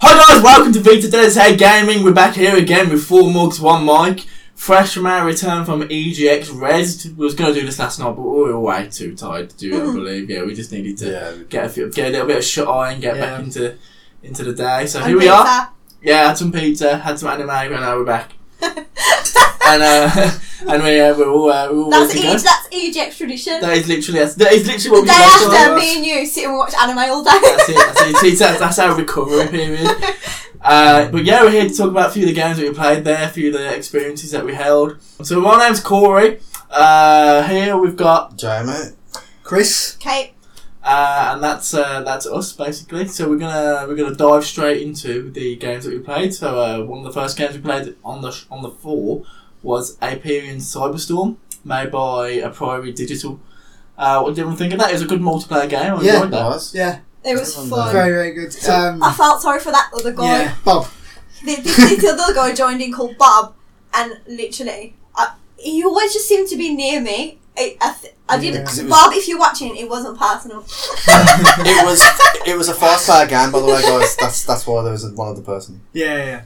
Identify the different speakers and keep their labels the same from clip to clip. Speaker 1: guys, welcome to Vita Dead's Head Gaming. We're back here again with four mugs, one mic. Fresh from our return from EGX Res. We was going to do this last night, but we were way too tired to do
Speaker 2: Mm-hmm.
Speaker 1: it, I believe. Yeah, we just needed to
Speaker 3: Yeah.
Speaker 1: get a, few, get a little bit of shut eye and get
Speaker 3: Yeah.
Speaker 1: back into into the day. So
Speaker 2: And
Speaker 1: here we are.
Speaker 2: pizza.
Speaker 1: Yeah, had some pizza, had some anime, and now we're back. and uh, and we, uh, we're all, uh, we're all
Speaker 2: That's
Speaker 1: ready to go.
Speaker 2: each. That's each extradition.
Speaker 1: That is literally that's- that is literally
Speaker 2: The
Speaker 1: what
Speaker 2: day
Speaker 1: we
Speaker 2: after,
Speaker 1: do.
Speaker 2: me and you sit and watch anime all day.
Speaker 1: That's it. That's it. That's, that's our recovery period. Uh, but yeah, we're here to talk about a few of the games that we played there, a few of the experiences that we held. So my name's Corey. Uh, here we've got,
Speaker 3: Jay, mate. Chris.
Speaker 2: okay,
Speaker 1: uh, and that's uh, that's us basically. So we're gonna we're gonna dive straight into the games that we played. So uh, one of the first games we played on the on the four was Aperian Cyberstorm, made by A Priory Digital. Uh, what did everyone think of that? It was a good multiplayer game. I
Speaker 4: Yeah.
Speaker 1: enjoyed that.
Speaker 3: Nice.
Speaker 4: Yeah,
Speaker 2: it was
Speaker 3: Everyone
Speaker 2: fun.
Speaker 3: knows.
Speaker 4: very, very good.
Speaker 1: So-
Speaker 4: um,
Speaker 2: I felt sorry for that other guy.
Speaker 4: yeah, Bob.
Speaker 2: Th- This, this other guy joined in called Bob, and literally, I, he always just seemed to be near me. I, I, th- I
Speaker 4: Yeah.
Speaker 2: didn't.
Speaker 3: 'Cause it was-
Speaker 2: Bob, if you're watching, it wasn't personal.
Speaker 3: it was it was a fast player game, by the way, guys. That's that's why there was one other person.
Speaker 4: Yeah, yeah, yeah.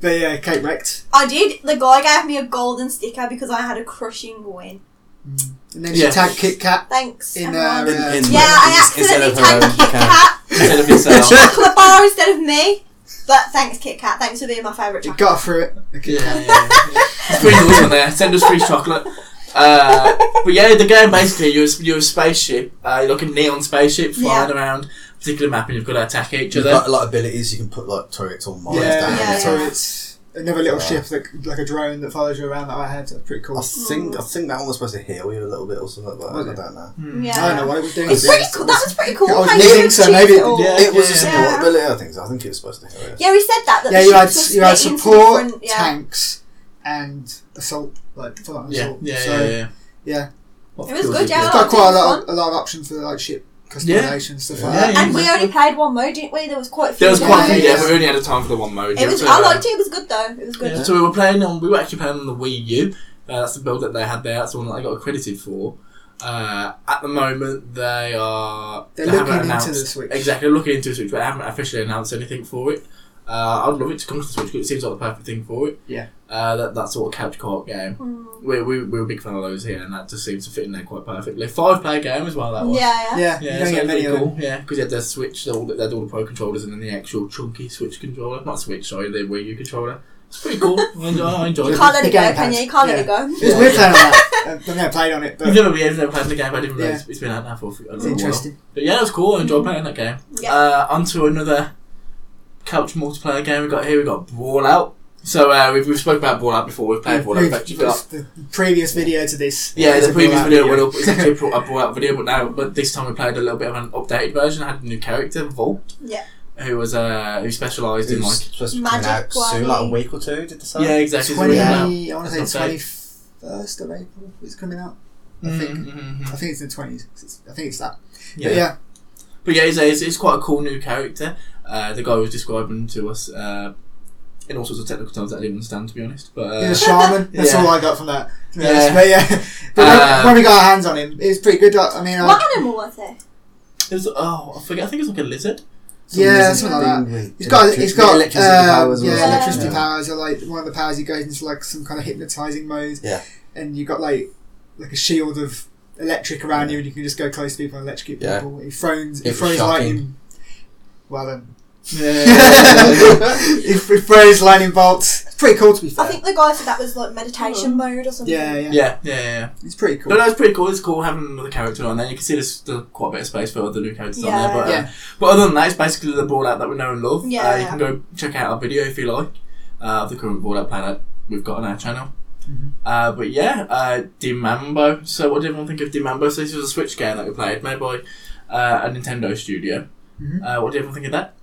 Speaker 4: But yeah, Kate wrecked.
Speaker 2: I did. The guy gave me a golden sticker because I had a crushing win.
Speaker 4: And then
Speaker 1: Yeah.
Speaker 4: she tagged Kit Kat.
Speaker 2: Thanks.
Speaker 4: In,
Speaker 2: everyone.
Speaker 4: uh, In- in-
Speaker 2: yeah, I accidentally tagged Kit Kat.
Speaker 1: Instead of yourself.
Speaker 2: Chocolate bar instead of me. But thanks, Kit Kat. Thanks for being my favourite
Speaker 4: It
Speaker 2: chocolate.
Speaker 4: got her through it. The Kit
Speaker 1: Yeah,
Speaker 4: Kat.
Speaker 1: yeah, yeah. free those on there. Send us free chocolate. Uh, but yeah, the game basically you're a- you're a spaceship, uh, you're like a neon spaceship flying around a particular map, and you've got to attack each
Speaker 3: You've
Speaker 1: other.
Speaker 3: got a lot of abilities. You can put like turrets or
Speaker 1: Oh,
Speaker 3: mines
Speaker 4: Yeah,
Speaker 3: down.
Speaker 2: Yeah,
Speaker 4: so
Speaker 2: yeah.
Speaker 4: it's another little
Speaker 3: Yeah.
Speaker 4: ship, that, like a drone that follows you around that I had. That's pretty cool.
Speaker 3: I think I think that one was supposed to heal you a little bit or something like
Speaker 4: Was
Speaker 3: that. I
Speaker 4: it?
Speaker 3: don't know.
Speaker 2: Yeah.
Speaker 4: Mm. I don't know what it was doing.
Speaker 2: It's
Speaker 4: but
Speaker 2: pretty
Speaker 4: yeah,
Speaker 2: cool. That was pretty cool.
Speaker 4: I was
Speaker 2: how you
Speaker 4: leading, so
Speaker 2: achieved
Speaker 4: maybe-
Speaker 2: it all.
Speaker 1: Yeah.
Speaker 3: It was a support
Speaker 2: Yeah.
Speaker 3: ability. I think so. I think it was supposed to heal you.
Speaker 2: Yeah, we said that. that
Speaker 4: Yeah,
Speaker 2: the
Speaker 4: you
Speaker 2: ships
Speaker 4: had
Speaker 2: were
Speaker 4: you had
Speaker 2: split into
Speaker 4: support
Speaker 2: different- yeah.
Speaker 4: tanks and assault, like full on
Speaker 1: yeah,
Speaker 4: assault.
Speaker 1: yeah,
Speaker 4: so
Speaker 1: yeah, yeah.
Speaker 4: yeah.
Speaker 1: What
Speaker 2: It was
Speaker 1: feels
Speaker 2: good, yeah.
Speaker 4: it's got quite a lot, of, a lot of options for like ship customization stuff like
Speaker 1: Yeah,
Speaker 4: that.
Speaker 1: yeah.
Speaker 2: And we only played one mode, didn't we? There was quite a few.
Speaker 1: There was quite a few.
Speaker 2: modes.
Speaker 1: Yeah, we only had a time for the one mode.
Speaker 2: It was.
Speaker 1: so,
Speaker 2: I liked it. It was good though. It was good.
Speaker 1: Yeah. So we were playing on. We were actually playing on the Wii U. Uh, that's the build that they had there. That's the one that I got accredited for. Uh, at the moment, they are
Speaker 4: They're
Speaker 1: they
Speaker 4: looking
Speaker 1: haven't
Speaker 4: into
Speaker 1: announced-
Speaker 4: the Switch.
Speaker 1: Exactly, looking into the Switch, but they haven't officially announced anything for it. Uh, I'd love it to come to the Switch because it seems like the perfect thing for it.
Speaker 4: Yeah.
Speaker 1: Uh, that that sort of couch co-op game.
Speaker 2: Mm.
Speaker 1: We're, we, we're a big fan of those here, and that just seems to fit in there quite perfectly. Five player game as well. That was.
Speaker 2: Yeah, yeah.
Speaker 4: Yeah,
Speaker 1: Yeah,
Speaker 4: you
Speaker 1: so
Speaker 4: don't get
Speaker 1: it's
Speaker 4: many
Speaker 1: pretty
Speaker 4: of them.
Speaker 1: cool. Yeah, because you had the Switch, they had all the, they had all the Pro controllers, and then the actual chunky Switch controller. Not Switch, sorry, the Wii U controller. It's pretty cool. I enjoy, I enjoy
Speaker 2: You
Speaker 1: it.
Speaker 2: can't let
Speaker 4: The
Speaker 2: it go,
Speaker 4: gamepad.
Speaker 2: can you? You can't let it go.
Speaker 4: It was
Speaker 1: Yeah.
Speaker 4: weird playing on that. I've never played on it, but
Speaker 1: You've never been, I've never played the game. I didn't realize
Speaker 4: Yeah.
Speaker 1: it's been out now for a
Speaker 4: it's
Speaker 1: little while.
Speaker 4: interesting.
Speaker 1: But yeah, it was cool. I enjoyed playing that game.
Speaker 2: Yeah.
Speaker 1: Uh, onto another couch multiplayer game we got here. We got Brawlout. So uh, we've we've spoken about Brawlout before. We've played Brawlout.
Speaker 4: We've-
Speaker 1: In fact, you've got
Speaker 4: it's the previous video to this.
Speaker 1: Yeah,
Speaker 4: is
Speaker 1: the
Speaker 4: a
Speaker 1: previous
Speaker 4: Fallout
Speaker 1: video went up. It's actually a brought- a brought out video, but now, but this time we played a little bit of an updated version. I had a new character, Vault.
Speaker 2: Yeah.
Speaker 1: Who was uh who specialised in
Speaker 3: It was
Speaker 1: like
Speaker 3: supposed to be coming
Speaker 2: Magic
Speaker 3: out soon,
Speaker 2: Wally.
Speaker 3: like a week or two. Did the same.
Speaker 1: yeah exactly. so we
Speaker 4: Twenty,
Speaker 1: were
Speaker 3: Yeah.
Speaker 1: like-
Speaker 4: I want to
Speaker 1: That's
Speaker 4: say
Speaker 1: not
Speaker 4: twenty first of April. It's coming out. I think.
Speaker 1: Mhm, mhm,
Speaker 4: I
Speaker 1: mhm.
Speaker 4: think it's in twenties. I think it's that.
Speaker 1: Yeah.
Speaker 4: But yeah,
Speaker 1: But yeah, it's, it's, it's quite a cool new character. Uh, the guy was describing to us uh, in all sorts of technical terms that I didn't understand, to be honest. But uh,
Speaker 4: he's a shaman. That's
Speaker 1: yeah.
Speaker 4: all I got from that. to be
Speaker 1: Yeah.
Speaker 4: honest. But yeah, but when-
Speaker 1: Uh,
Speaker 4: when, we got our hands on him, it was pretty good. like, I mean, I,
Speaker 2: What animal was it?
Speaker 1: it was oh, I forget. I think it was like a lizard.
Speaker 4: yeah, something like that. He's got, he's got, um, yeah,
Speaker 2: something.
Speaker 4: electricity
Speaker 2: Yeah.
Speaker 4: powers. Or like one of the powers, he goes into like some kind of hypnotizing mode.
Speaker 3: Yeah.
Speaker 4: and you got like like a shield of electric around you, and you can just go close to people and electrocute
Speaker 3: Yeah.
Speaker 4: people. He throws, he
Speaker 3: It was
Speaker 4: throws
Speaker 3: shocking.
Speaker 4: lightning. Well then,
Speaker 3: yeah,
Speaker 4: he, he throws lightning bolts. It's pretty cool to be fair.
Speaker 2: I think the guy said that was like meditation mode or something.
Speaker 4: Oh. yeah, yeah,
Speaker 1: yeah, yeah, yeah. yeah.
Speaker 4: It's pretty cool.
Speaker 1: No, no, it's pretty cool. It's cool having another character on there. You can see there's still quite a bit of space for other new characters on there.
Speaker 2: Yeah.
Speaker 1: But, Uh,
Speaker 4: Yeah.
Speaker 1: but other than that, it's basically the ball out that we know and love.
Speaker 2: Yeah.
Speaker 1: Uh, you can go check out our video if you like uh, of the current ball out plan that we've got on our channel.
Speaker 4: Mhm.
Speaker 1: Uh, but yeah, uh, Dimambo. So, what did everyone think of Dimambo? So, this was a Switch game that we played, made by uh, a Nintendo studio.
Speaker 4: Mhm.
Speaker 1: Uh, what did everyone think of that?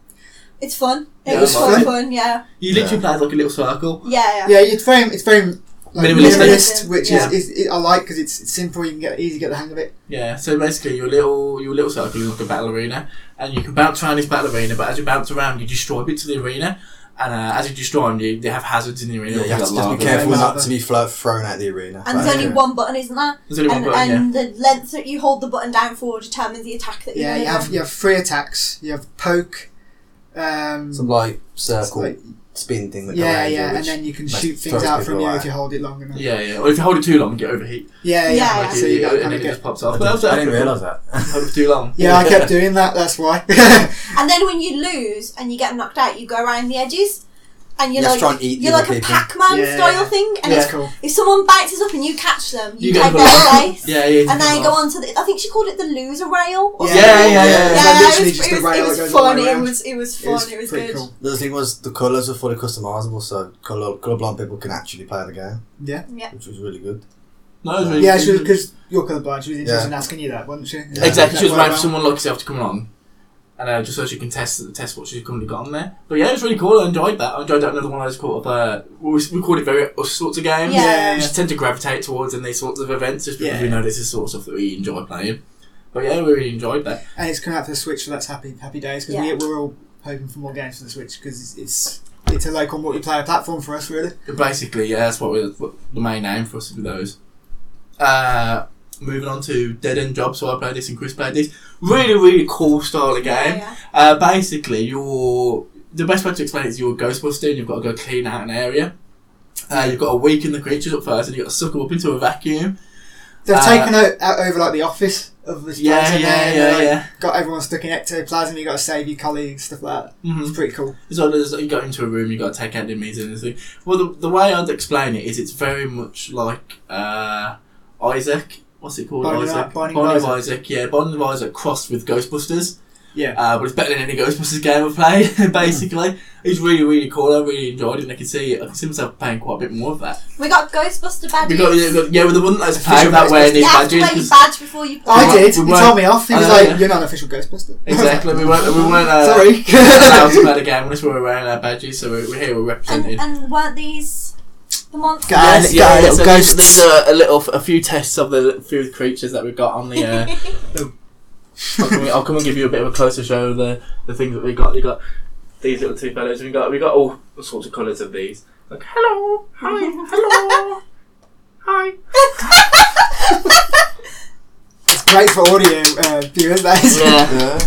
Speaker 2: It's fun. It
Speaker 1: Yeah,
Speaker 2: was
Speaker 1: I
Speaker 2: quite
Speaker 1: like
Speaker 2: fun.
Speaker 1: it.
Speaker 2: Yeah.
Speaker 1: You literally
Speaker 3: Yeah.
Speaker 1: played like a little circle.
Speaker 2: Yeah, yeah.
Speaker 4: yeah, it's very, it's very like,
Speaker 1: Minimalist.
Speaker 4: minimalist, which
Speaker 2: Yeah.
Speaker 4: is, is it, I like because it's, it's simple. You can get easy get the hang of it.
Speaker 1: Yeah, so basically, your little your little circle is like a battle arena, and you can bounce around this battle arena. But as you bounce around, you destroy bits of the arena, and uh, as you destroy them, you, they have hazards in the arena.
Speaker 3: you
Speaker 1: like
Speaker 3: have to just be
Speaker 1: lava.
Speaker 3: careful
Speaker 4: Yeah.
Speaker 3: not to be flo- thrown out the arena.
Speaker 2: And there's
Speaker 3: Right.
Speaker 2: only one button, isn't there?
Speaker 1: There's only one
Speaker 2: And,
Speaker 1: button,
Speaker 2: and the length that you hold the button down for determines the attack that you're
Speaker 4: Yeah, you
Speaker 2: gonna
Speaker 4: have you have three attacks. You have poke, Um,
Speaker 3: Some like
Speaker 4: it's
Speaker 3: circle
Speaker 4: like-
Speaker 3: spin thing that
Speaker 4: yeah,
Speaker 3: goes
Speaker 4: yeah,
Speaker 3: you,
Speaker 4: and
Speaker 3: which-
Speaker 4: then you can
Speaker 3: makes-
Speaker 4: shoot
Speaker 3: throws
Speaker 4: things out
Speaker 3: people
Speaker 4: from you
Speaker 3: away.
Speaker 4: if you hold it long enough.
Speaker 1: Yeah, yeah. Or if you hold it too long, you get overheat.
Speaker 4: yeah,
Speaker 1: Like
Speaker 2: Yeah,
Speaker 4: yeah.
Speaker 2: yeah.
Speaker 1: you-
Speaker 4: Ah, So you gotta
Speaker 1: and
Speaker 4: kinda
Speaker 1: it just
Speaker 4: get-
Speaker 1: pops off.
Speaker 3: I
Speaker 1: But
Speaker 3: didn't,
Speaker 1: after
Speaker 3: I didn't realise that.
Speaker 1: Hold it too long.
Speaker 4: Yeah, I kept doing that. That's why.
Speaker 2: And then when you lose and you get knocked out, you go around the edges, and you're
Speaker 3: Yes,
Speaker 2: like
Speaker 3: try and eat the
Speaker 2: you're like
Speaker 3: other
Speaker 2: a
Speaker 3: people.
Speaker 2: Pac-Man
Speaker 4: Yeah.
Speaker 2: style thing. And
Speaker 4: That's
Speaker 2: it's
Speaker 4: cool.
Speaker 2: if someone bounces up and you catch them, you,
Speaker 1: You
Speaker 2: take
Speaker 1: get
Speaker 2: their
Speaker 1: blocked.
Speaker 2: place.
Speaker 1: Yeah, yeah.
Speaker 2: And
Speaker 1: then
Speaker 2: they go on to the. I think she called it the loser rail. or
Speaker 1: Yeah,
Speaker 2: something.
Speaker 1: yeah, yeah, yeah.
Speaker 2: yeah.
Speaker 4: It's like
Speaker 2: it
Speaker 4: literally
Speaker 2: was-
Speaker 4: just
Speaker 2: it
Speaker 4: a
Speaker 2: was,
Speaker 4: rail
Speaker 2: it
Speaker 4: that
Speaker 2: was
Speaker 4: goes all the
Speaker 2: fun.
Speaker 4: way
Speaker 2: It
Speaker 4: around.
Speaker 2: was it was
Speaker 4: It
Speaker 2: fun.
Speaker 4: was
Speaker 2: It was
Speaker 4: pretty
Speaker 2: good.
Speaker 4: cool.
Speaker 3: The other thing was the colours are fully customisable, so colour colourblind people can actually play the game,
Speaker 4: Yeah,
Speaker 3: which was really good.
Speaker 1: No, it's really
Speaker 4: yeah, because you're colourblind. She was interested
Speaker 3: Yeah.
Speaker 4: in asking you that, wasn't she?
Speaker 3: Yeah.
Speaker 1: Exactly. She was waiting for
Speaker 4: That well.
Speaker 1: someone like yourself to come along, and uh, just so she can test test what she's currently got on there. But yeah, it was really cool. I enjoyed that. I enjoyed that. Another one I was caught up. Uh, we, we called it very us sorts of games.
Speaker 2: Yeah.
Speaker 1: We just tend to gravitate towards in these sorts of events just because
Speaker 4: Yeah.
Speaker 1: we know this is sort of stuff that we enjoy playing. But yeah, we really enjoyed that.
Speaker 4: And it's come out for the Switch, so that's happy, happy days because we, we're all hoping for more games for the Switch because it's, it's it's a local multiplayer platform for us, really.
Speaker 1: Basically, yeah, that's what, we, what the main aim for us to do those. Uh, moving on to Dead End Job. So I played this and Chris played this. Really, really cool style of game.
Speaker 2: Yeah, yeah.
Speaker 1: Uh, basically, you're the best way to explain it is you're a ghostbuster and you've got to go clean out an area. Uh, you've got to weaken the creatures up first, and you've got to suck them up into a vacuum.
Speaker 4: They've
Speaker 1: Uh,
Speaker 4: taken out, out over like the office of this
Speaker 1: Yeah,
Speaker 4: place, and
Speaker 1: yeah,
Speaker 4: then,
Speaker 1: yeah,
Speaker 4: like,
Speaker 1: yeah.
Speaker 4: Got everyone stuck in ectoplasm. You got to save your colleagues, stuff like that.
Speaker 1: Mm-hmm.
Speaker 4: It's pretty cool.
Speaker 1: So there's, you go into a room, you got to take out the meat and everything. Well, the, the way I'd explain it is it's very much like uh, Isaac. What's it called?
Speaker 4: Binding of-
Speaker 1: Isaac.
Speaker 4: Binding of
Speaker 1: Binding of
Speaker 4: Isaac.
Speaker 1: Isaac. Yeah, Bond of Isaac crossed with Ghostbusters.
Speaker 4: Yeah,
Speaker 1: Uh, but it's better than any Ghostbusters game I've played. Basically, it's really, really cool. I really enjoyed it, and I can see, I can see myself playing quite a bit more of that.
Speaker 2: We got Ghostbuster badges.
Speaker 1: We got, yeah, we got- yeah, with the one that's
Speaker 4: Official
Speaker 1: played that way in
Speaker 2: you
Speaker 1: these
Speaker 2: have to wear your
Speaker 1: badges. 'cause-
Speaker 2: badge before you play.
Speaker 4: I
Speaker 1: we
Speaker 4: did.
Speaker 1: weren't-
Speaker 4: He told me off. He was
Speaker 1: I know,
Speaker 4: like,
Speaker 1: yeah.
Speaker 4: "You're not an official Ghostbuster."
Speaker 1: Exactly, we weren't, we weren't uh,
Speaker 4: Sorry.
Speaker 1: allowed to play the game unless we were wearing our badges, so we're, we're here, we're
Speaker 2: And, uh,
Speaker 1: represented.
Speaker 2: and weren't these the monsters?
Speaker 4: Guys,
Speaker 1: Yes, yeah,
Speaker 4: guys,
Speaker 1: yeah, so
Speaker 4: ghosts.
Speaker 1: these, these are a little, a few tests of the few creatures that we've got on the. Uh, I'll, come, I'll come and give you a bit of a closer show of the, the things that we got. We got these little two fellows. We got we got all sorts of colours of these. Like hello, hi, hello, hi.
Speaker 4: it's great for audio uh, viewers. That is.
Speaker 1: Yeah,
Speaker 3: Yeah,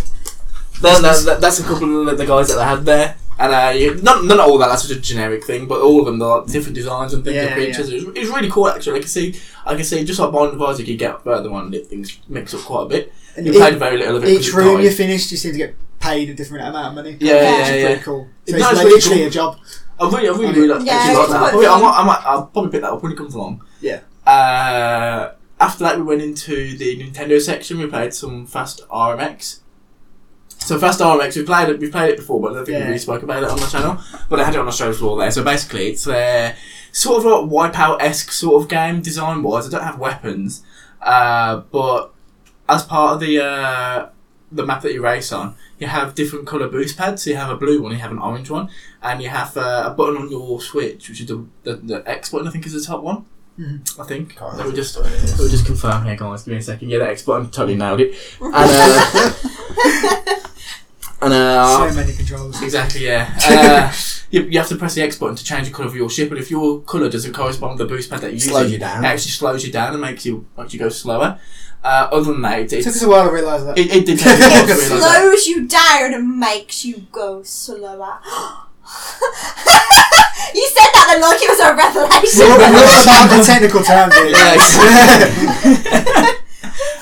Speaker 1: that, that, that- that's a couple of the guys that they had there. And uh, you, not not all that. That's just a generic thing, but all of them, they're like different designs and things
Speaker 4: Yeah,
Speaker 1: of creatures. It, was, it was really cool actually. I can see, I can see, just like Bond of Isaac, you get further on, it, things mix up quite a bit.
Speaker 4: And
Speaker 1: You
Speaker 4: each-
Speaker 1: played very little of it. 'cause
Speaker 4: each
Speaker 1: it
Speaker 4: room
Speaker 1: died.
Speaker 4: you finished, you seem to get paid a different amount of money.
Speaker 1: Yeah,
Speaker 2: yeah,
Speaker 4: Which is
Speaker 1: yeah.
Speaker 4: Pretty cool.
Speaker 1: It
Speaker 4: So it's
Speaker 1: does
Speaker 4: like
Speaker 1: really
Speaker 4: literally
Speaker 1: cool.
Speaker 4: a job.
Speaker 1: I really, I really, really like,
Speaker 2: Yeah,
Speaker 1: actually like
Speaker 2: it's
Speaker 1: that. I
Speaker 2: quite
Speaker 1: probably, I
Speaker 2: fun.
Speaker 1: might, I might, I'll probably pick that up when it comes along.
Speaker 4: Yeah.
Speaker 1: Uh, after that, we went into the Nintendo section. We played some Fast RMX. So Fast RMX, we played it. We played it before, but I don't think we
Speaker 4: Yeah.
Speaker 1: really spoke about it on the channel. But I had it on Australia's floor there. So basically, it's a sort of like Wipeout esque sort of game design wise. I don't have weapons, uh, but as part of the uh, the map that you race on, you have different color boost pads. So you have a blue one, you have an orange one, and you have uh, a button on your switch, which is the, the, the X button. I think is the top one.
Speaker 3: Mm-hmm.
Speaker 1: I think.
Speaker 3: Can't
Speaker 1: Let me
Speaker 3: remember
Speaker 1: just
Speaker 3: what it is.
Speaker 1: let me just confirm here, guys. Give me a second. Yeah, that X button totally nailed it. And uh, and uh,
Speaker 4: so many controls.
Speaker 1: Exactly, yeah. Uh, you, you have to press the X button to change the colour of your ship, and if your colour doesn't correspond to the boost pad that you use,
Speaker 3: Slows you down.
Speaker 1: It actually slows you down and makes you makes you go slower. Uh, other than that,
Speaker 4: It
Speaker 1: it's,
Speaker 4: took us a while to realise that.
Speaker 1: it, it did take me a while to realise that.
Speaker 2: slows you down and makes you go slower. you said that then like it was a
Speaker 4: We're all,
Speaker 2: revelation.
Speaker 3: oh,
Speaker 4: we're all about the technical terms here.
Speaker 1: Yeah, exactly.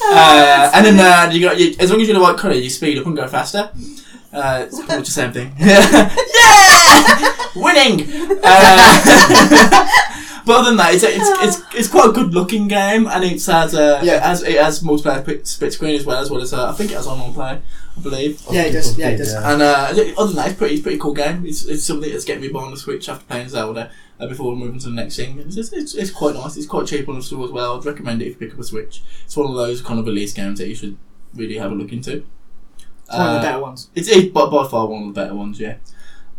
Speaker 1: Uh, and then uh, you got you, as long as you're the right colour, you speed up and go faster. Uh, it's pretty much the same thing. yeah, winning. Uh, but other than that, it's, it's it's it's quite a good looking game, and it's has uh,
Speaker 4: Yeah.
Speaker 1: it has it has multiplayer pi- split screen as well as well as uh, I think it has online play, I believe.
Speaker 4: Yeah, it does. Yeah, it does.
Speaker 3: Yeah.
Speaker 1: And uh, other than that, it's pretty, it's a pretty cool game. It's, it's something that's getting me behind the Switch after playing Zelda uh, before we move on to the next thing. It's, just- it's, it's quite nice. It's quite cheap on the store as well. I'd recommend it if you pick up a Switch. It's one of those kind of release games that you should really have a look into.
Speaker 4: It's one of
Speaker 1: Uh,
Speaker 4: the better ones.
Speaker 1: it's, it's by, by far one of the better ones, yeah.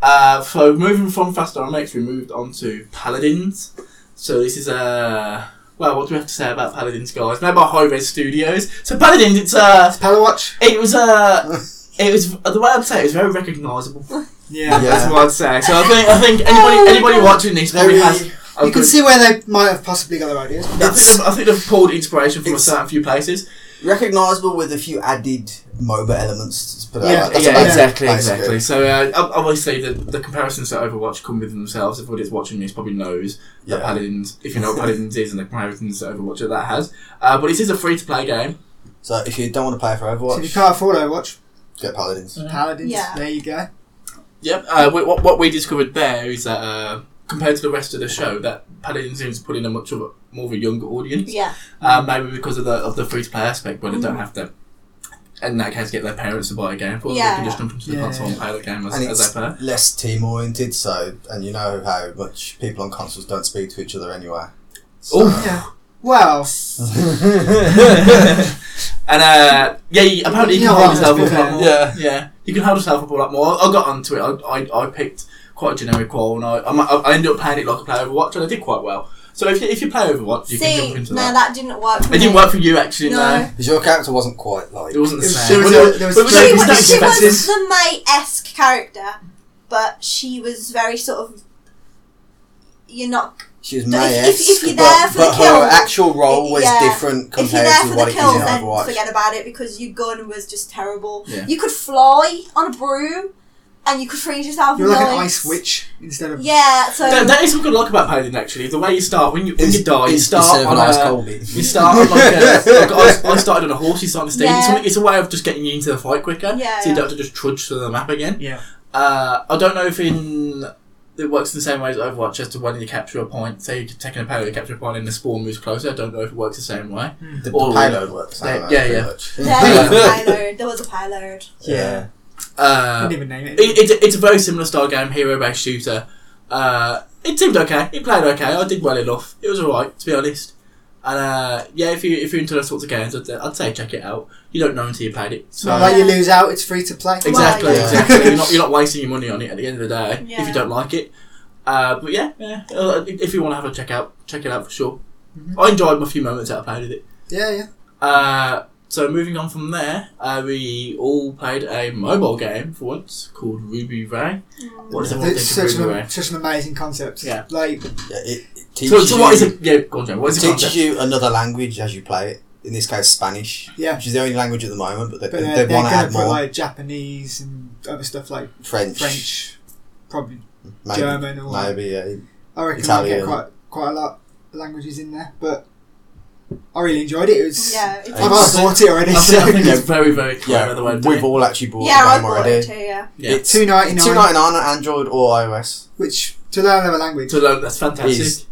Speaker 1: Uh, so moving from Fast RMX, we moved on to Paladins. So this is Uh, well, what do we have to say about Paladins, guys? Made by High Res Studios. So Paladins, it's uh,
Speaker 4: It's Pella Watch.
Speaker 1: it was Uh, it was the way I'd say it was very recognisable.
Speaker 4: Yeah.
Speaker 3: Yeah.
Speaker 1: That's what I'd say. So I think I think anybody
Speaker 2: Oh my
Speaker 1: anybody
Speaker 2: God.
Speaker 1: watching this probably
Speaker 3: Very-
Speaker 1: has. A
Speaker 4: You can
Speaker 1: good-
Speaker 4: see where they might have possibly got their ideas.
Speaker 1: I think, they've, I think they've pulled inspiration from a
Speaker 3: it's-
Speaker 1: certain few places.
Speaker 3: Recognisable with a few added MOBA elements. But
Speaker 4: Yeah,
Speaker 3: that's
Speaker 1: yeah,
Speaker 3: about it,
Speaker 1: exactly,
Speaker 3: basically.
Speaker 1: exactly. So uh, ob- obviously, the, the comparisons that Overwatch come with themselves, everybody that's watching this probably knows that
Speaker 3: Yeah.
Speaker 1: Paladins, if you know what Paladins is, and the comparisons that Overwatch that that has. Uh, but it is a free-to-play game.
Speaker 3: So if you don't want to play for
Speaker 4: So if you
Speaker 3: Overwatch,
Speaker 4: can't afford Overwatch,
Speaker 3: get Paladins.
Speaker 4: Paladins.
Speaker 2: Yeah.
Speaker 4: There you go.
Speaker 1: Yep. Uh, we, what what we discovered there is that uh, compared to the rest of the show, that Paladins seems to put in a much of a, more of a younger audience.
Speaker 2: Yeah.
Speaker 1: Uh,
Speaker 2: Mm.
Speaker 1: maybe because of the of the free-to-play aspect, where they don't have to. In that case, get their parents to buy a game for them. They
Speaker 2: Yeah.
Speaker 1: can just jump into the
Speaker 4: Yeah.
Speaker 1: console and play the game as,
Speaker 3: And
Speaker 1: as
Speaker 3: it's
Speaker 1: they play.
Speaker 3: less team oriented, so and you know how much people on consoles don't speak to each other anyway. So-
Speaker 1: Oof.
Speaker 4: Yeah. Well,
Speaker 1: And uh, yeah, you, apparently you can
Speaker 4: Yeah,
Speaker 1: hold
Speaker 4: that's
Speaker 1: yourself up a
Speaker 4: fair.
Speaker 1: lot more.
Speaker 3: Yeah.
Speaker 1: yeah, you can hold yourself up a lot more. I, I got onto it. I, I, I picked quite a generic role, and I, I, might- I ended up playing it like a play Overwatch, and I did quite well. So if you, if you play Overwatch, you can
Speaker 2: See,
Speaker 1: jump into
Speaker 2: no,
Speaker 1: that.
Speaker 2: that didn't work. For
Speaker 1: It didn't
Speaker 2: me.
Speaker 1: work for you actually. No,
Speaker 2: No.
Speaker 3: Because your character wasn't quite like
Speaker 1: it wasn't the
Speaker 4: It was-
Speaker 1: same.
Speaker 4: it was-
Speaker 1: But
Speaker 4: it was-
Speaker 1: but it
Speaker 4: Sorry,
Speaker 1: it's
Speaker 2: She
Speaker 4: was-
Speaker 1: not
Speaker 2: was, she
Speaker 1: expensive.
Speaker 2: was the May esque character, but she was very sort of. You're not.
Speaker 3: she was
Speaker 2: No, if-
Speaker 3: May-esque,
Speaker 2: if- if you're
Speaker 3: but,
Speaker 2: there for
Speaker 3: but
Speaker 2: the
Speaker 3: her
Speaker 2: kills,
Speaker 3: actual role was
Speaker 2: yeah.
Speaker 3: different
Speaker 2: if you're
Speaker 3: compared
Speaker 2: there
Speaker 3: to
Speaker 2: for
Speaker 3: what
Speaker 2: the
Speaker 3: it is in
Speaker 2: kills, then
Speaker 3: Overwatch.
Speaker 2: forget about it because your gun was just terrible.
Speaker 1: Yeah.
Speaker 2: You could fly on a broom, and you could freeze yourself.
Speaker 4: you're
Speaker 2: with
Speaker 4: like an
Speaker 2: knives.
Speaker 4: ice witch instead of.
Speaker 2: Yeah. So
Speaker 1: That, that is what I like about Paladin actually. The way you start when you when you die, you
Speaker 3: It's-
Speaker 1: start
Speaker 3: instead of
Speaker 1: on
Speaker 3: an ice
Speaker 1: a-
Speaker 3: cold beat.
Speaker 1: You start on like a, like I, I started on a horse. You start on a steed.
Speaker 2: Yeah.
Speaker 1: It's, a, it's a way of just getting you into the fight quicker.
Speaker 2: Yeah,
Speaker 1: so you
Speaker 2: yeah.
Speaker 1: don't have to just trudge through the map again.
Speaker 4: Yeah.
Speaker 1: Uh, I don't know if in it works in the same way as Overwatch as to when you capture a point. Say you're taking a payload, you capture a point, and the spawn moves closer. I don't know if it works the same way.
Speaker 3: the, the
Speaker 1: Or- uh,
Speaker 3: payload works. I
Speaker 1: Yeah,
Speaker 3: don't know,
Speaker 1: yeah,
Speaker 3: pretty
Speaker 1: yeah.
Speaker 3: much.
Speaker 2: there was a payload. There was a payload.
Speaker 3: Yeah.
Speaker 4: I
Speaker 1: Uh,
Speaker 4: didn't even name it.
Speaker 1: it, it's a- it's a very similar style game, hero based shooter. Uh, it seemed okay. It played okay. I did well enough. It was alright, to be honest. And uh, yeah, if you if you're into those sorts of games, I'd, I'd say check it out. You don't know until you played it. So
Speaker 4: Not like you lose out. It's free to play.
Speaker 1: exactly,
Speaker 3: Well, yeah.
Speaker 1: exactly. You're not you're not wasting your money on it at the end of the day if
Speaker 2: Yeah.
Speaker 1: you don't like it. Uh, but yeah, yeah. Uh, if you want to have a check out, check it out for sure.
Speaker 3: Mm-hmm.
Speaker 1: I enjoyed my few moments that I played with it.
Speaker 4: Yeah, yeah.
Speaker 1: Uh, so moving on from there, uh, we all played a mobile game for once called Ruby Ray. What does everyone
Speaker 4: It's
Speaker 1: think
Speaker 4: such
Speaker 1: of Ruby
Speaker 4: an,
Speaker 1: Ray?
Speaker 4: such an amazing concept.
Speaker 1: Yeah.
Speaker 4: Like,
Speaker 3: Yeah, it, it
Speaker 1: So,
Speaker 3: teaches
Speaker 1: so what is
Speaker 3: you-
Speaker 1: it? Yeah, go on, Jane. What is the
Speaker 3: teaches
Speaker 1: concept?
Speaker 3: you another language as you play it. In this case, Spanish,
Speaker 4: yeah.
Speaker 3: which is the only language at the moment, but they,
Speaker 4: But they're,
Speaker 3: they
Speaker 4: they're
Speaker 3: want to add
Speaker 4: going for
Speaker 3: more
Speaker 4: like Japanese and other stuff like
Speaker 3: French,
Speaker 4: French, probably
Speaker 3: maybe,
Speaker 4: German or
Speaker 3: maybe yeah.
Speaker 4: I reckon I
Speaker 3: Italian.
Speaker 4: get quite quite a lot of languages in there, but I really enjoyed it. It was
Speaker 2: Yeah.
Speaker 3: I've
Speaker 4: I've
Speaker 3: asked-
Speaker 2: It's,
Speaker 4: outsourced it already.
Speaker 1: I think, I
Speaker 4: So.
Speaker 1: think it's very, very clever
Speaker 3: Yeah,
Speaker 1: the way
Speaker 3: we've all actually bought
Speaker 2: yeah,
Speaker 3: the
Speaker 2: I
Speaker 3: game
Speaker 2: bought
Speaker 3: already.
Speaker 2: it too. Yeah.
Speaker 1: Yeah.
Speaker 3: It's
Speaker 4: Two ninety
Speaker 3: Two
Speaker 4: nine,
Speaker 3: ninety nine on Android or iOS
Speaker 4: which to learn another language.
Speaker 1: to learn. That's fantastic.
Speaker 3: is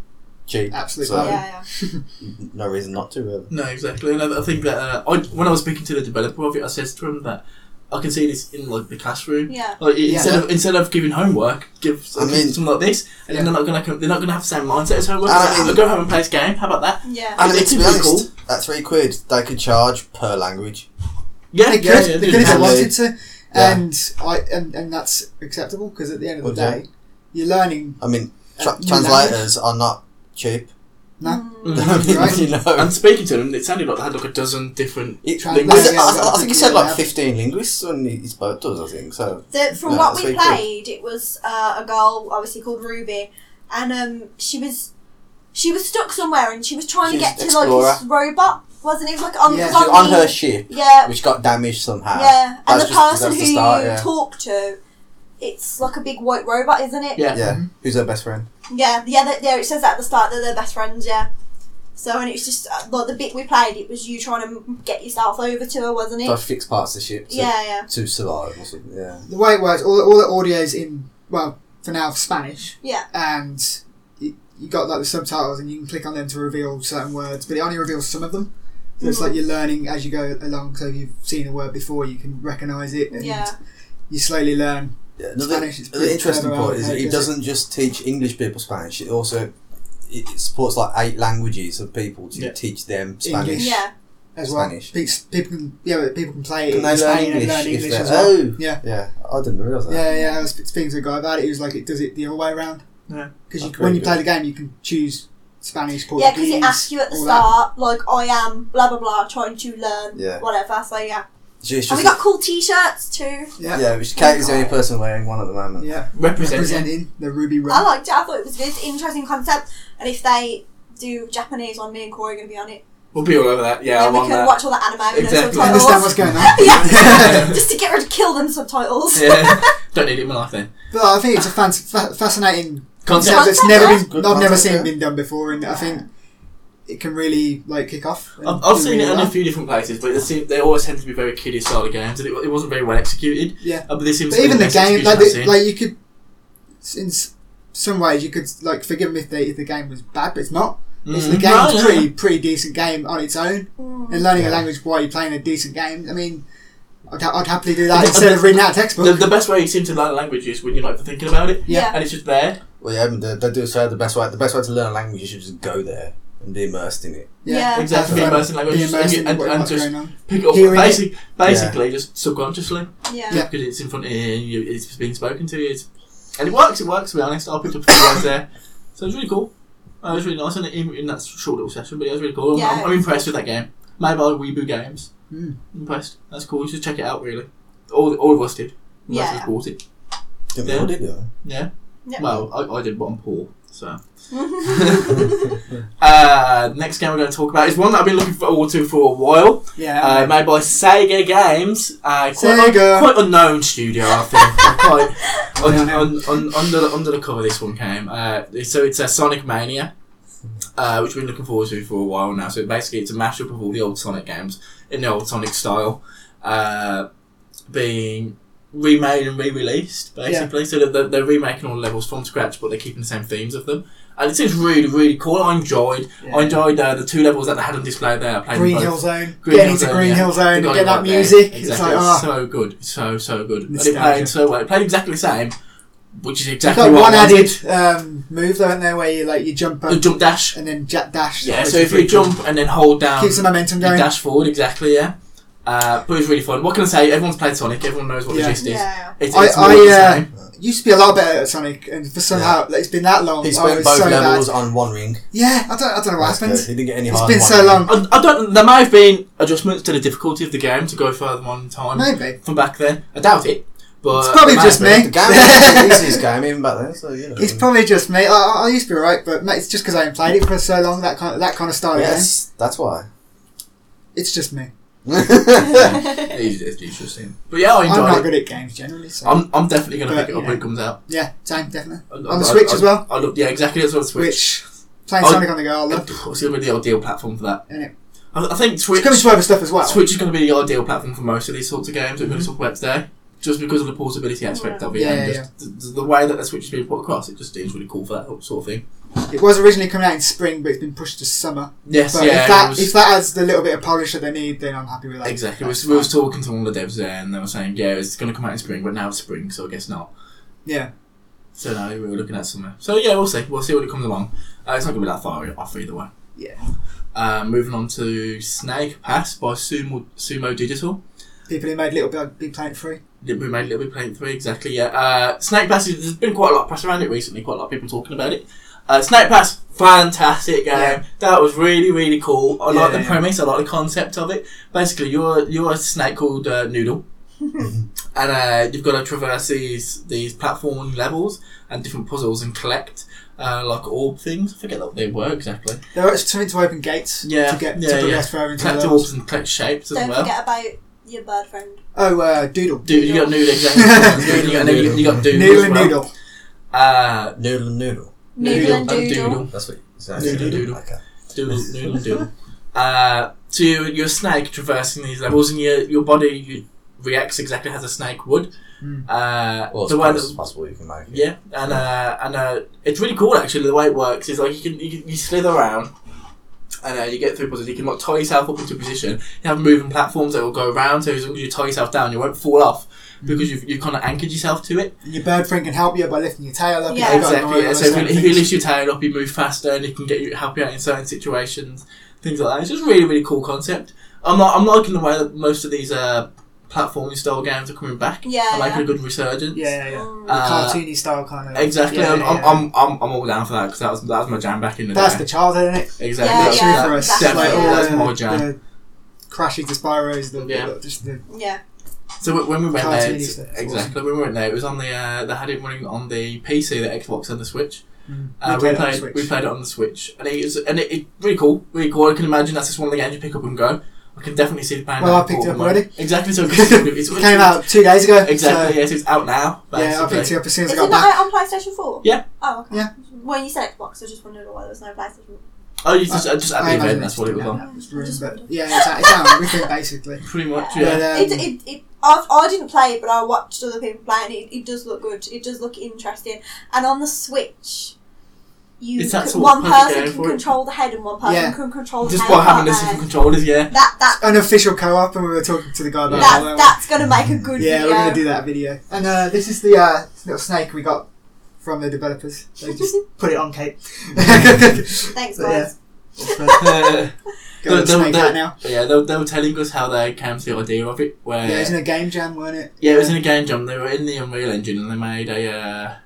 Speaker 3: cheap.
Speaker 4: Absolutely.
Speaker 3: So-
Speaker 2: Yeah. Yeah.
Speaker 3: No reason not to. Really.
Speaker 1: No, exactly. And I I think that uh, I, when I was speaking to the developer of it, I said to him that I can see this in like the classroom.
Speaker 2: Yeah.
Speaker 1: Like, i-
Speaker 4: Yeah.
Speaker 1: instead of instead of giving homework, give
Speaker 3: I
Speaker 1: give
Speaker 3: mean-
Speaker 1: something like this, and then
Speaker 4: Yeah.
Speaker 1: they're not gonna come, they're not gonna have the same mindset as homework.
Speaker 3: And I
Speaker 1: Like,
Speaker 3: mean-
Speaker 1: "Oh, go home and play this game. How about that?
Speaker 2: Yeah.
Speaker 3: And I mean,
Speaker 1: It's
Speaker 3: to be
Speaker 1: pretty
Speaker 3: honest,
Speaker 1: cool.
Speaker 3: at three quid, they could charge per language.
Speaker 1: Yeah,
Speaker 4: They could,
Speaker 1: yeah, yeah,
Speaker 4: they
Speaker 1: do
Speaker 4: could if
Speaker 1: that.
Speaker 4: they
Speaker 3: Yeah.
Speaker 4: wanted to,
Speaker 3: Yeah.
Speaker 4: and I and, and that's acceptable because at the end of the
Speaker 3: Would
Speaker 4: day, you're learning.
Speaker 3: I mean, tra-
Speaker 4: Uh, you
Speaker 3: translators are not cheap.
Speaker 4: No,
Speaker 1: Mm.
Speaker 3: I mean,
Speaker 4: Right.
Speaker 3: you know.
Speaker 1: And speaking to them, it sounded like they had like a dozen different.
Speaker 3: It-
Speaker 4: Tran-
Speaker 3: I,
Speaker 4: yeah,
Speaker 3: th-
Speaker 4: yeah,
Speaker 3: I,
Speaker 4: yeah,
Speaker 3: I think he said like
Speaker 4: yeah.
Speaker 3: 15 linguists when he spoke to us, I think. So,
Speaker 2: The, from
Speaker 3: No,
Speaker 2: what
Speaker 3: that's
Speaker 2: we
Speaker 3: really cool.
Speaker 2: played, it was uh, a girl obviously called Ruby, and um, she was she was stuck somewhere, and she was trying
Speaker 3: She
Speaker 2: to get
Speaker 3: was
Speaker 2: to like this robot, wasn't it? It was Like on
Speaker 4: Yeah.
Speaker 2: it
Speaker 3: she
Speaker 2: was
Speaker 3: was on
Speaker 2: the-
Speaker 3: her ship,
Speaker 2: Yeah,
Speaker 3: which got damaged somehow.
Speaker 2: yeah, and the
Speaker 3: That's just-
Speaker 2: person
Speaker 3: that's
Speaker 2: who
Speaker 3: the start,
Speaker 2: you
Speaker 3: yeah.
Speaker 2: talk to, it's like a big white robot, isn't it?
Speaker 1: Yeah.
Speaker 3: Yeah. Who's her best friend?
Speaker 2: yeah, yeah. that- yeah, it says that at the start that they're best friends. Yeah. So and it's just uh, like the bit we played, it was you trying to get yourself over to her, wasn't it?
Speaker 3: So I fixed parts of the ship to,
Speaker 2: yeah, yeah,
Speaker 3: to survive or something. Yeah.
Speaker 4: the way it works, all, all the audio's in well for now Spanish,
Speaker 2: yeah,
Speaker 4: and you, you got like the subtitles, and you can click on them to reveal certain words, but it only reveals some of them. So it's
Speaker 2: Mhm.
Speaker 4: like you're learning as you go along. So if you've seen a word before, you can recognise it, and
Speaker 2: yeah.
Speaker 4: you slowly learn.
Speaker 3: Yeah, another,
Speaker 4: Spanish is
Speaker 3: another
Speaker 4: pretty
Speaker 3: interesting
Speaker 4: clever,
Speaker 3: point is
Speaker 4: I
Speaker 3: it
Speaker 4: guess.
Speaker 3: doesn't just teach English people Spanish. It also it it supports like eight languages of people to
Speaker 1: Yeah.
Speaker 3: teach them
Speaker 4: English.
Speaker 3: Spanish.
Speaker 2: Yeah,
Speaker 4: As well,
Speaker 3: Spanish.
Speaker 4: Pe- people can yeah, but people can play it
Speaker 3: Can they learn
Speaker 4: in Spain
Speaker 3: English?
Speaker 4: and learn
Speaker 3: if
Speaker 4: English
Speaker 3: they're-
Speaker 4: as well.
Speaker 3: Oh,
Speaker 4: Yeah.
Speaker 3: yeah. I didn't realise that.
Speaker 4: Yeah, yeah. I was speaking to a guy about it. He was like, it does it the other way around.
Speaker 1: Yeah.
Speaker 4: Because
Speaker 3: That's
Speaker 4: when
Speaker 3: pretty
Speaker 4: you play the game, you can choose Spanish,
Speaker 2: yeah,
Speaker 4: Portuguese.
Speaker 2: because it asks you at the
Speaker 4: all that.
Speaker 2: start, like I am blah blah blah, trying to learn
Speaker 3: Yeah.
Speaker 2: whatever. So yeah,
Speaker 3: So it's
Speaker 2: and we
Speaker 3: just
Speaker 2: got cool T-shirts too.
Speaker 4: Yeah. yeah.
Speaker 3: yeah, which Kate is the only person wearing one at the moment.
Speaker 1: Representing.
Speaker 4: Representing the Ruby Rum.
Speaker 2: I liked it. I thought it was good, it's an interesting concept. And if they do Japanese on me and Corey, are gonna be on it.
Speaker 1: We'll be all over that. Yeah,
Speaker 2: Yeah,
Speaker 1: I'm
Speaker 2: we
Speaker 1: on
Speaker 2: can
Speaker 1: that.
Speaker 2: watch all the anime with
Speaker 1: Exactly.
Speaker 2: no subtitles.
Speaker 4: Understand what's going on.
Speaker 2: yeah, just to get rid of kill them subtitles.
Speaker 1: yeah, don't need it in my life then.
Speaker 4: But I think it's a fan- fa- fascinating
Speaker 1: Concept.
Speaker 4: concept that's
Speaker 2: Concept,
Speaker 4: never
Speaker 2: yeah.
Speaker 4: been,
Speaker 3: Good
Speaker 4: I've never
Speaker 3: concept,
Speaker 4: seen
Speaker 3: yeah.
Speaker 4: been done before, and I think it can really like kick off. and
Speaker 1: I've, I've
Speaker 4: do
Speaker 1: seen it
Speaker 4: really
Speaker 1: in a
Speaker 4: well.
Speaker 1: few different places, but they, seem, they always tend to be very kiddie style of games, and it, it wasn't very well executed.
Speaker 4: Yeah,
Speaker 1: Uh, but this seems to
Speaker 4: but
Speaker 1: be
Speaker 4: even the
Speaker 1: best
Speaker 4: game,
Speaker 1: execution
Speaker 4: like,
Speaker 1: I've
Speaker 4: the,
Speaker 1: seen.
Speaker 4: like you could, in s- some ways, you could like forgive me if the, if the game was bad, but it's not. It's the
Speaker 1: Mhm.
Speaker 4: game's
Speaker 1: Right, yeah.
Speaker 4: pretty pretty decent game on its own,
Speaker 2: Mm,
Speaker 4: and learning
Speaker 3: Yeah.
Speaker 4: a language while you're playing a decent game. I mean, I'd, ha- I'd happily do
Speaker 1: But
Speaker 4: that
Speaker 1: the-
Speaker 4: instead of reading out a textbook.
Speaker 1: The, the best way you seem to learn a language is when you're not even thinking about it,
Speaker 4: Yeah.
Speaker 1: and it's just there.
Speaker 3: Well, yeah, but they, they do say the best way. The best way to learn a language is you should just go there and be immersed in it.
Speaker 2: Yeah.
Speaker 1: Exactly,
Speaker 4: Have fun,
Speaker 1: immersed in language,
Speaker 4: be
Speaker 1: just-
Speaker 4: immersed in
Speaker 1: and-
Speaker 4: what-
Speaker 1: and
Speaker 4: what's
Speaker 1: just-
Speaker 4: going on.
Speaker 1: Pick it up,
Speaker 4: Hearing it.
Speaker 1: basic, basically, just subconsciously,
Speaker 2: Yeah.
Speaker 4: Yeah.
Speaker 1: because it's in front of you, and you, it's being spoken to you, it's, and it works. It works. To be honest, I picked up a few words there, so it's really cool. Uh, it was really nice, and in, in that short little session, but it was really cool. I'm-
Speaker 2: Yeah,
Speaker 1: I'm, I'm
Speaker 2: it's
Speaker 1: impressed with that game, made by Weeboo Games.
Speaker 4: Hmm.
Speaker 1: Impressed. That's cool. You should check it out. Really, all all of us did. Most of us
Speaker 2: Yeah.
Speaker 1: bought it.
Speaker 3: Didn't
Speaker 1: Yeah.
Speaker 3: we all did though.
Speaker 1: Yeah.
Speaker 2: Yeah.
Speaker 1: Well, I, I did, but I'm poor, so. uh, next game we're going to talk about is one that I've been looking forward to for a while,
Speaker 4: Yeah.
Speaker 1: uh, made by Sega Games, uh, quite,
Speaker 4: Sega.
Speaker 1: quite unknown studio, I think. quite un,
Speaker 4: Yeah.
Speaker 1: un, un, under the, under the cover this one came. Uh, so it's uh, Sonic Mania, uh, which we've been looking forward to for a while now. So basically, it's a mashup of all the old Sonic games in the old Sonic style, uh, being remade and re-released basically. So they're- they're, they're remaking all the levels from scratch, but they're keeping the same themes of them. And it seems really, really cool. I enjoyed.
Speaker 4: Yeah.
Speaker 1: I enjoyed uh, the two levels that they had on display there. I played
Speaker 4: Green
Speaker 1: both.
Speaker 4: Hill Zone.
Speaker 1: Green
Speaker 4: Getting
Speaker 1: Hill
Speaker 4: into
Speaker 1: Zone,
Speaker 4: Green
Speaker 1: yeah.
Speaker 4: Hill Zone,
Speaker 1: Got
Speaker 4: get
Speaker 1: it
Speaker 4: that
Speaker 1: right there.
Speaker 4: music. It's
Speaker 1: Exactly.
Speaker 4: like, ah,
Speaker 1: so good, so so good. And it
Speaker 4: Nostalgia.
Speaker 1: played so well. It played exactly the same, which is
Speaker 4: You've
Speaker 1: exactly
Speaker 4: got
Speaker 1: what
Speaker 4: one
Speaker 1: I wanted.
Speaker 4: added um, move though, isn't there, where you like you jump up
Speaker 1: The jump dash.
Speaker 4: and then jet dash.
Speaker 1: Yeah.
Speaker 4: which
Speaker 1: So
Speaker 4: is
Speaker 1: if you
Speaker 4: pretty cool.
Speaker 1: jump and then hold down,
Speaker 4: keeps the momentum
Speaker 1: you
Speaker 4: going.
Speaker 1: dash forward. Exactly. Yeah. Uh, but it was really fun. What can I say? Everyone's played Sonic. Everyone knows what
Speaker 4: Yeah.
Speaker 1: the gist is.
Speaker 2: yeah.
Speaker 1: It's,
Speaker 4: I-
Speaker 1: it's
Speaker 4: I,
Speaker 1: more of the
Speaker 4: uh,
Speaker 1: same.
Speaker 4: Used to be a lot better at Sonic, and for somehow like, Oh, it's been that long.
Speaker 3: He
Speaker 4: I
Speaker 3: spent
Speaker 4: was
Speaker 3: both
Speaker 4: so
Speaker 3: levels
Speaker 4: bad.
Speaker 3: on one ring.
Speaker 4: Yeah, I don't, I don't know what happened.
Speaker 3: He didn't get any
Speaker 4: It's
Speaker 3: hard
Speaker 4: been
Speaker 3: one
Speaker 4: so
Speaker 3: ring.
Speaker 4: long.
Speaker 1: I, I don't. There may have been adjustments to the difficulty of the game to go further on in time
Speaker 4: Maybe
Speaker 1: from back then. I doubt it. But
Speaker 4: It's probably
Speaker 1: there may
Speaker 4: just
Speaker 1: have been.
Speaker 4: me.
Speaker 3: The game was the easiest game even back then, so you know.
Speaker 4: it's
Speaker 1: Um,
Speaker 4: probably just me. I, I, I used to be alright, but mate, it's just because I haven't played it for so long. That kind of, that kind of style. Yes.
Speaker 3: yes, that's why.
Speaker 4: it's just me.
Speaker 1: It's, it's interesting. But yeah, I
Speaker 4: I'm not
Speaker 1: enjoyed it.
Speaker 4: good at games generally. So
Speaker 1: I'm, I'm definitely going to
Speaker 4: But,
Speaker 1: pick it up
Speaker 4: you
Speaker 1: when it
Speaker 4: know.
Speaker 1: comes out.
Speaker 4: yeah, same definitely.
Speaker 1: I-
Speaker 4: On
Speaker 1: I-
Speaker 4: the Switch
Speaker 1: I-
Speaker 4: as well?
Speaker 1: I love, yeah, exactly. That's on the Switch.
Speaker 4: Which playing
Speaker 1: Oh.
Speaker 4: Sonic on the go, I love.
Speaker 1: It's going to be the ideal platform for that.
Speaker 4: Isn't it?
Speaker 1: I, I think
Speaker 4: It's
Speaker 1: Switch.
Speaker 4: coming to other stuff as well.
Speaker 1: Switch is going to be the ideal platform for most of these sorts of games that we're going to talk about today, just because of the portability aspect of it
Speaker 4: Yeah,
Speaker 1: and
Speaker 4: yeah,
Speaker 1: just the, the way that the Switch is being put across. It just seems really cool for that sort of thing.
Speaker 4: It was originally coming out in spring, but it's been pushed to summer.
Speaker 1: Yes,
Speaker 4: But
Speaker 1: yeah.
Speaker 4: if that
Speaker 1: it was-
Speaker 4: if that adds the little bit of polish that they need, then I'm happy with that.
Speaker 1: Exactly. We
Speaker 4: That's
Speaker 1: was, we was
Speaker 4: fine.
Speaker 1: talking to all the devs there, and they were saying, "Yeah, it's going to come out in spring, but now it's spring, so I guess not."
Speaker 4: Yeah.
Speaker 1: So now we were looking at summer. So yeah, we'll see. We'll see what it comes along. Uh, it's not going to be that far off either way.
Speaker 4: Yeah.
Speaker 1: Um, moving on to Snake Pass by Sumo, Sumo Digital.
Speaker 4: People who made Little Big, Big Planet Three.
Speaker 1: Did we made Little Big Planet 3, exactly, yeah. Uh, Snake Pass, is- there's been quite a lot of press around it recently, quite a lot of people talking about it. Uh, Snake Pass, fantastic game.
Speaker 4: Yeah.
Speaker 1: That was really, really cool. I like
Speaker 4: Yeah,
Speaker 1: the
Speaker 4: yeah.
Speaker 1: premise, I like the concept of it. Basically, you're, you're a snake called uh, Noodle. and uh, you've got to traverse these, these platform levels and different puzzles and collect uh, like orb things. I forget what they were exactly.
Speaker 4: There are something to open gates
Speaker 1: Yeah,
Speaker 4: to get
Speaker 1: yeah,
Speaker 4: to
Speaker 1: yeah.
Speaker 4: progress further into the
Speaker 1: Collect
Speaker 4: levels.
Speaker 1: orbs and collect shapes as
Speaker 2: Don't
Speaker 1: well.
Speaker 2: forget about your bird friend.
Speaker 4: Oh, uh, Doodle.
Speaker 1: Dude, you got Noodle, exactly. you, got, you, got Doodle.
Speaker 4: Noodle
Speaker 1: as
Speaker 4: and
Speaker 1: well.
Speaker 4: Noodle.
Speaker 1: Uh,
Speaker 3: Noodle and noodle.
Speaker 2: Noodle and
Speaker 1: and
Speaker 2: Doodle.
Speaker 3: That's what it's
Speaker 1: Noodle, noodle.
Speaker 3: Okay.
Speaker 1: doodle, doodle, doodle. Uh, so you, you're a snake traversing these levels, and your your body you, reacts exactly as a snake would.
Speaker 4: Mm.
Speaker 1: Uh,
Speaker 3: Well, it's
Speaker 1: the way
Speaker 3: close as
Speaker 1: that-
Speaker 3: possible you can make it.
Speaker 1: yeah, and uh, and uh, it's really cool actually. The way it works is like you can you, can, you slither around. And uh, you get through puzzles. You can like tie yourself up into a position. You have moving platforms that will go around. So as long as you tie yourself down, you won't fall off because you've you kind of anchored yourself to it.
Speaker 4: And your bird friend can help you by lifting your tail up.
Speaker 2: Yeah.
Speaker 4: and you've got an
Speaker 1: Exactly.
Speaker 4: eye
Speaker 1: Yeah.
Speaker 4: on
Speaker 1: So if
Speaker 4: certain
Speaker 1: you, if you
Speaker 4: things.
Speaker 1: lift your tail up, you move faster, and it can get you help you out in certain situations, things like that. It's just a really really cool concept. I'm not I'm liking the way that most of these uh, platforming style games are coming back.
Speaker 2: Yeah,
Speaker 1: I like
Speaker 2: yeah.
Speaker 1: a good resurgence.
Speaker 4: yeah, yeah, yeah.
Speaker 2: Mm.
Speaker 1: Uh,
Speaker 4: cartoony style kind of.
Speaker 1: Exactly.
Speaker 4: Yeah,
Speaker 1: I'm,
Speaker 4: yeah, yeah.
Speaker 1: I'm, I'm, I'm, I'm all down for that because that was that was my jam back in the
Speaker 4: That's
Speaker 1: day.
Speaker 4: the childhood, isn't it?
Speaker 1: exactly.
Speaker 2: Yeah,
Speaker 1: That's,
Speaker 4: That's
Speaker 2: yeah.
Speaker 4: true for us.
Speaker 2: That's
Speaker 1: Definitely,
Speaker 4: like all
Speaker 1: that's
Speaker 4: the,
Speaker 1: my jam.
Speaker 4: the crashes, the Spyros, the,
Speaker 1: Yeah.
Speaker 4: the- just the
Speaker 2: yeah.
Speaker 1: So w- when we went there,
Speaker 4: Cartoony
Speaker 1: it's-
Speaker 4: stuff, it's
Speaker 1: exactly when we went there, it was on the uh, they had it running on the PC, the Xbox, and the Switch.
Speaker 4: Mm.
Speaker 1: Uh,
Speaker 4: We
Speaker 1: we
Speaker 4: played it on
Speaker 1: played,
Speaker 4: Switch.
Speaker 1: we played it on the Switch, and it was and it, it really cool, really cool. I can imagine that's just one of the games you pick up and go. I can definitely see the pan.
Speaker 4: Well, I picked it up already.
Speaker 1: Exactly, so it's, it's,
Speaker 4: it came out two days ago.
Speaker 1: Exactly,
Speaker 4: so-
Speaker 1: yes, it's out now.
Speaker 4: yeah, I
Speaker 1: basically.
Speaker 4: picked it up as soon as
Speaker 2: Is
Speaker 4: I
Speaker 2: it
Speaker 4: got back.
Speaker 2: not out on PlayStation 4?
Speaker 1: Yeah.
Speaker 2: Oh, okay.
Speaker 4: Yeah.
Speaker 2: When you said Xbox, I just wondered why there was no PlayStation
Speaker 1: Oh, you just, uh, just at
Speaker 4: I
Speaker 1: the
Speaker 4: imagine
Speaker 1: event, that's what it was
Speaker 4: yeah,
Speaker 1: on.
Speaker 4: that was ruined, but- Yeah, it's out, it's out on everything basically.
Speaker 1: Pretty much,
Speaker 4: But,
Speaker 1: yeah.
Speaker 4: um,
Speaker 2: it, it, it, I, I didn't play it, but I watched other people play it, and it, it does look good. It does look interesting. And on the Switch, you
Speaker 1: It's that
Speaker 2: can-
Speaker 1: sort of
Speaker 2: one
Speaker 1: perfect
Speaker 2: person
Speaker 1: game
Speaker 2: can
Speaker 1: for it.
Speaker 2: control the head, and one person
Speaker 4: Yeah.
Speaker 2: can control the
Speaker 1: Just
Speaker 2: tail,
Speaker 1: by having the
Speaker 2: can't
Speaker 1: different
Speaker 2: they?
Speaker 1: controls, yeah.
Speaker 2: That that
Speaker 4: an official co-op, and we were talking to the guy
Speaker 1: Oh,
Speaker 4: about
Speaker 2: that,
Speaker 4: that.
Speaker 2: that's gonna make a good
Speaker 4: yeah,
Speaker 2: video.
Speaker 4: we're gonna do that video. And uh, this is the uh, little snake we got from the developers. They just put it on Kate.
Speaker 2: Thanks,
Speaker 4: But, yeah.
Speaker 2: guys.
Speaker 1: Uh,
Speaker 4: Got
Speaker 1: Don't- don't-
Speaker 4: the snake out
Speaker 1: don't-
Speaker 4: now.
Speaker 1: but yeah, they, were- they were telling us how they came to the idea of it. Where
Speaker 4: Yeah, it was in a game jam, weren't it?
Speaker 1: Yeah, it was in a game jam. They were in the Unreal Engine and they made a. Uh,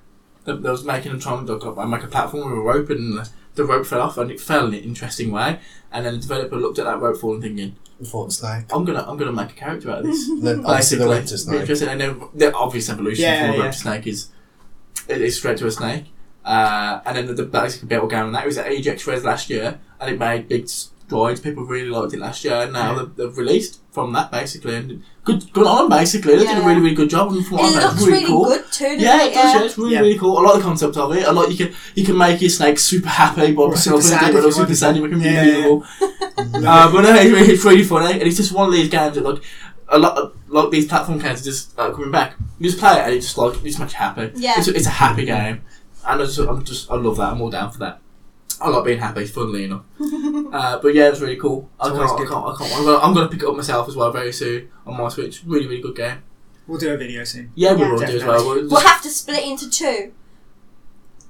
Speaker 1: they, they was making a trying to make a platform with a rope and the, the rope fell off and it fell in an interesting way. And then the developer looked at that rope falling, thinking,
Speaker 3: Fort Snake.
Speaker 1: "I'm gonna, I'm gonna make a character out of this."
Speaker 3: Then obviously the Winter
Speaker 1: Be
Speaker 3: Snake.
Speaker 1: Interesting. And then the obvious evolution
Speaker 4: Yeah,
Speaker 1: from a
Speaker 4: yeah.
Speaker 1: rope to snake is it is straight to a snake. Uh, and then the, the basically battle game on that it was at Ajax Res last year, and it made big strides. People really liked it last year, and now
Speaker 4: Yeah.
Speaker 1: they've, they've released from that basically. And good, good on 'em, basically. They did a
Speaker 2: Yeah.
Speaker 1: really, really good job. And from what I
Speaker 2: It
Speaker 1: know, it's
Speaker 2: looks
Speaker 1: really
Speaker 2: really
Speaker 1: cool.
Speaker 2: good too. doesn't
Speaker 1: Yeah, it does. Yeah, it's really,
Speaker 4: Yeah.
Speaker 1: really cool. I like the concept of it. I like you can you can make your snake super happy, but
Speaker 4: Or
Speaker 1: obviously
Speaker 4: super sad
Speaker 1: it,
Speaker 4: if
Speaker 1: but
Speaker 4: you
Speaker 1: super
Speaker 4: want.
Speaker 1: sad. You can be
Speaker 4: Yeah, yeah,
Speaker 1: miserable. Uh, but no, it's, it's really funny, and it's just one of these games that like a lot of like these platform games are just like, coming back. You just play it, and it just like it just makes you happy.
Speaker 2: Yeah.
Speaker 1: it's a, it's a happy game, and I just, I'm just I love that. I'm all down for that. I like being happy, funnily enough. uh, but yeah, it's really cool. I
Speaker 4: It's
Speaker 1: can't,
Speaker 4: always
Speaker 1: I
Speaker 4: good.
Speaker 1: can't, I can't. I'm gonna, I'm gonna pick it up myself as well very soon on my Switch. Really, really good game.
Speaker 4: We'll do a video soon.
Speaker 1: Yeah, we
Speaker 2: Yeah,
Speaker 1: will do as well.
Speaker 4: definitely.
Speaker 1: We'll
Speaker 2: We'll
Speaker 1: just-
Speaker 2: have to split it into two.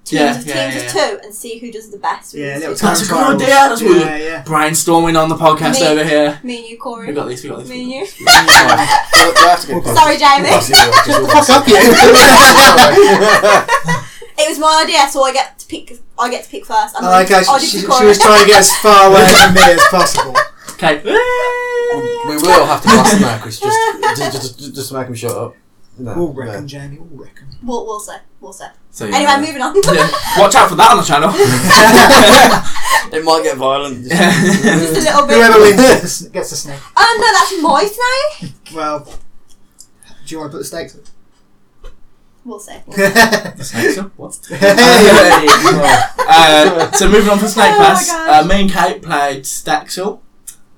Speaker 2: Teams
Speaker 1: Yeah,
Speaker 2: of teams
Speaker 1: yeah,
Speaker 2: of two and see who does the best. with
Speaker 4: Yeah,
Speaker 2: the
Speaker 4: little
Speaker 2: Switch.
Speaker 4: time
Speaker 1: That's a good
Speaker 4: trials.
Speaker 1: idea, that's what we-
Speaker 4: Yeah, yeah.
Speaker 1: brainstorming on the podcast
Speaker 2: Me.
Speaker 1: over here.
Speaker 2: Me and you, Corey.
Speaker 1: We got this. We got this.
Speaker 2: Me and you.
Speaker 3: Do I have to get
Speaker 2: Sorry, Jamie.
Speaker 3: Fuck
Speaker 4: up, you.
Speaker 2: It was my idea, so I get to pick. I get to pick first. I'm
Speaker 4: Oh, okay,
Speaker 2: I'll
Speaker 4: she,
Speaker 2: just
Speaker 4: she, she
Speaker 2: pick Corey.
Speaker 4: was trying to get as far away from me as possible.
Speaker 1: Okay.
Speaker 3: We will have to blast Snake, which just, just, just, just, just to make him shut up. No,
Speaker 4: We'll
Speaker 3: no.
Speaker 4: reckon, Jamie. We'll reckon.
Speaker 2: We'll, we'll see. We'll see.
Speaker 1: So,
Speaker 2: Anyway, moving on.
Speaker 1: yeah. Watch out for that on the channel.
Speaker 3: It might get violent.
Speaker 2: Just a little
Speaker 4: Whoever
Speaker 2: bit.
Speaker 4: wins gets the- gets the snake.
Speaker 2: Oh no, that's my snake.
Speaker 4: Well, do you want to put the stakes? up?
Speaker 2: We'll see.
Speaker 1: What?
Speaker 4: Hey.
Speaker 1: Uh, so moving on from Snake
Speaker 2: Oh my
Speaker 1: Pass,
Speaker 2: gosh.
Speaker 1: uh, me and Kate played Staxel,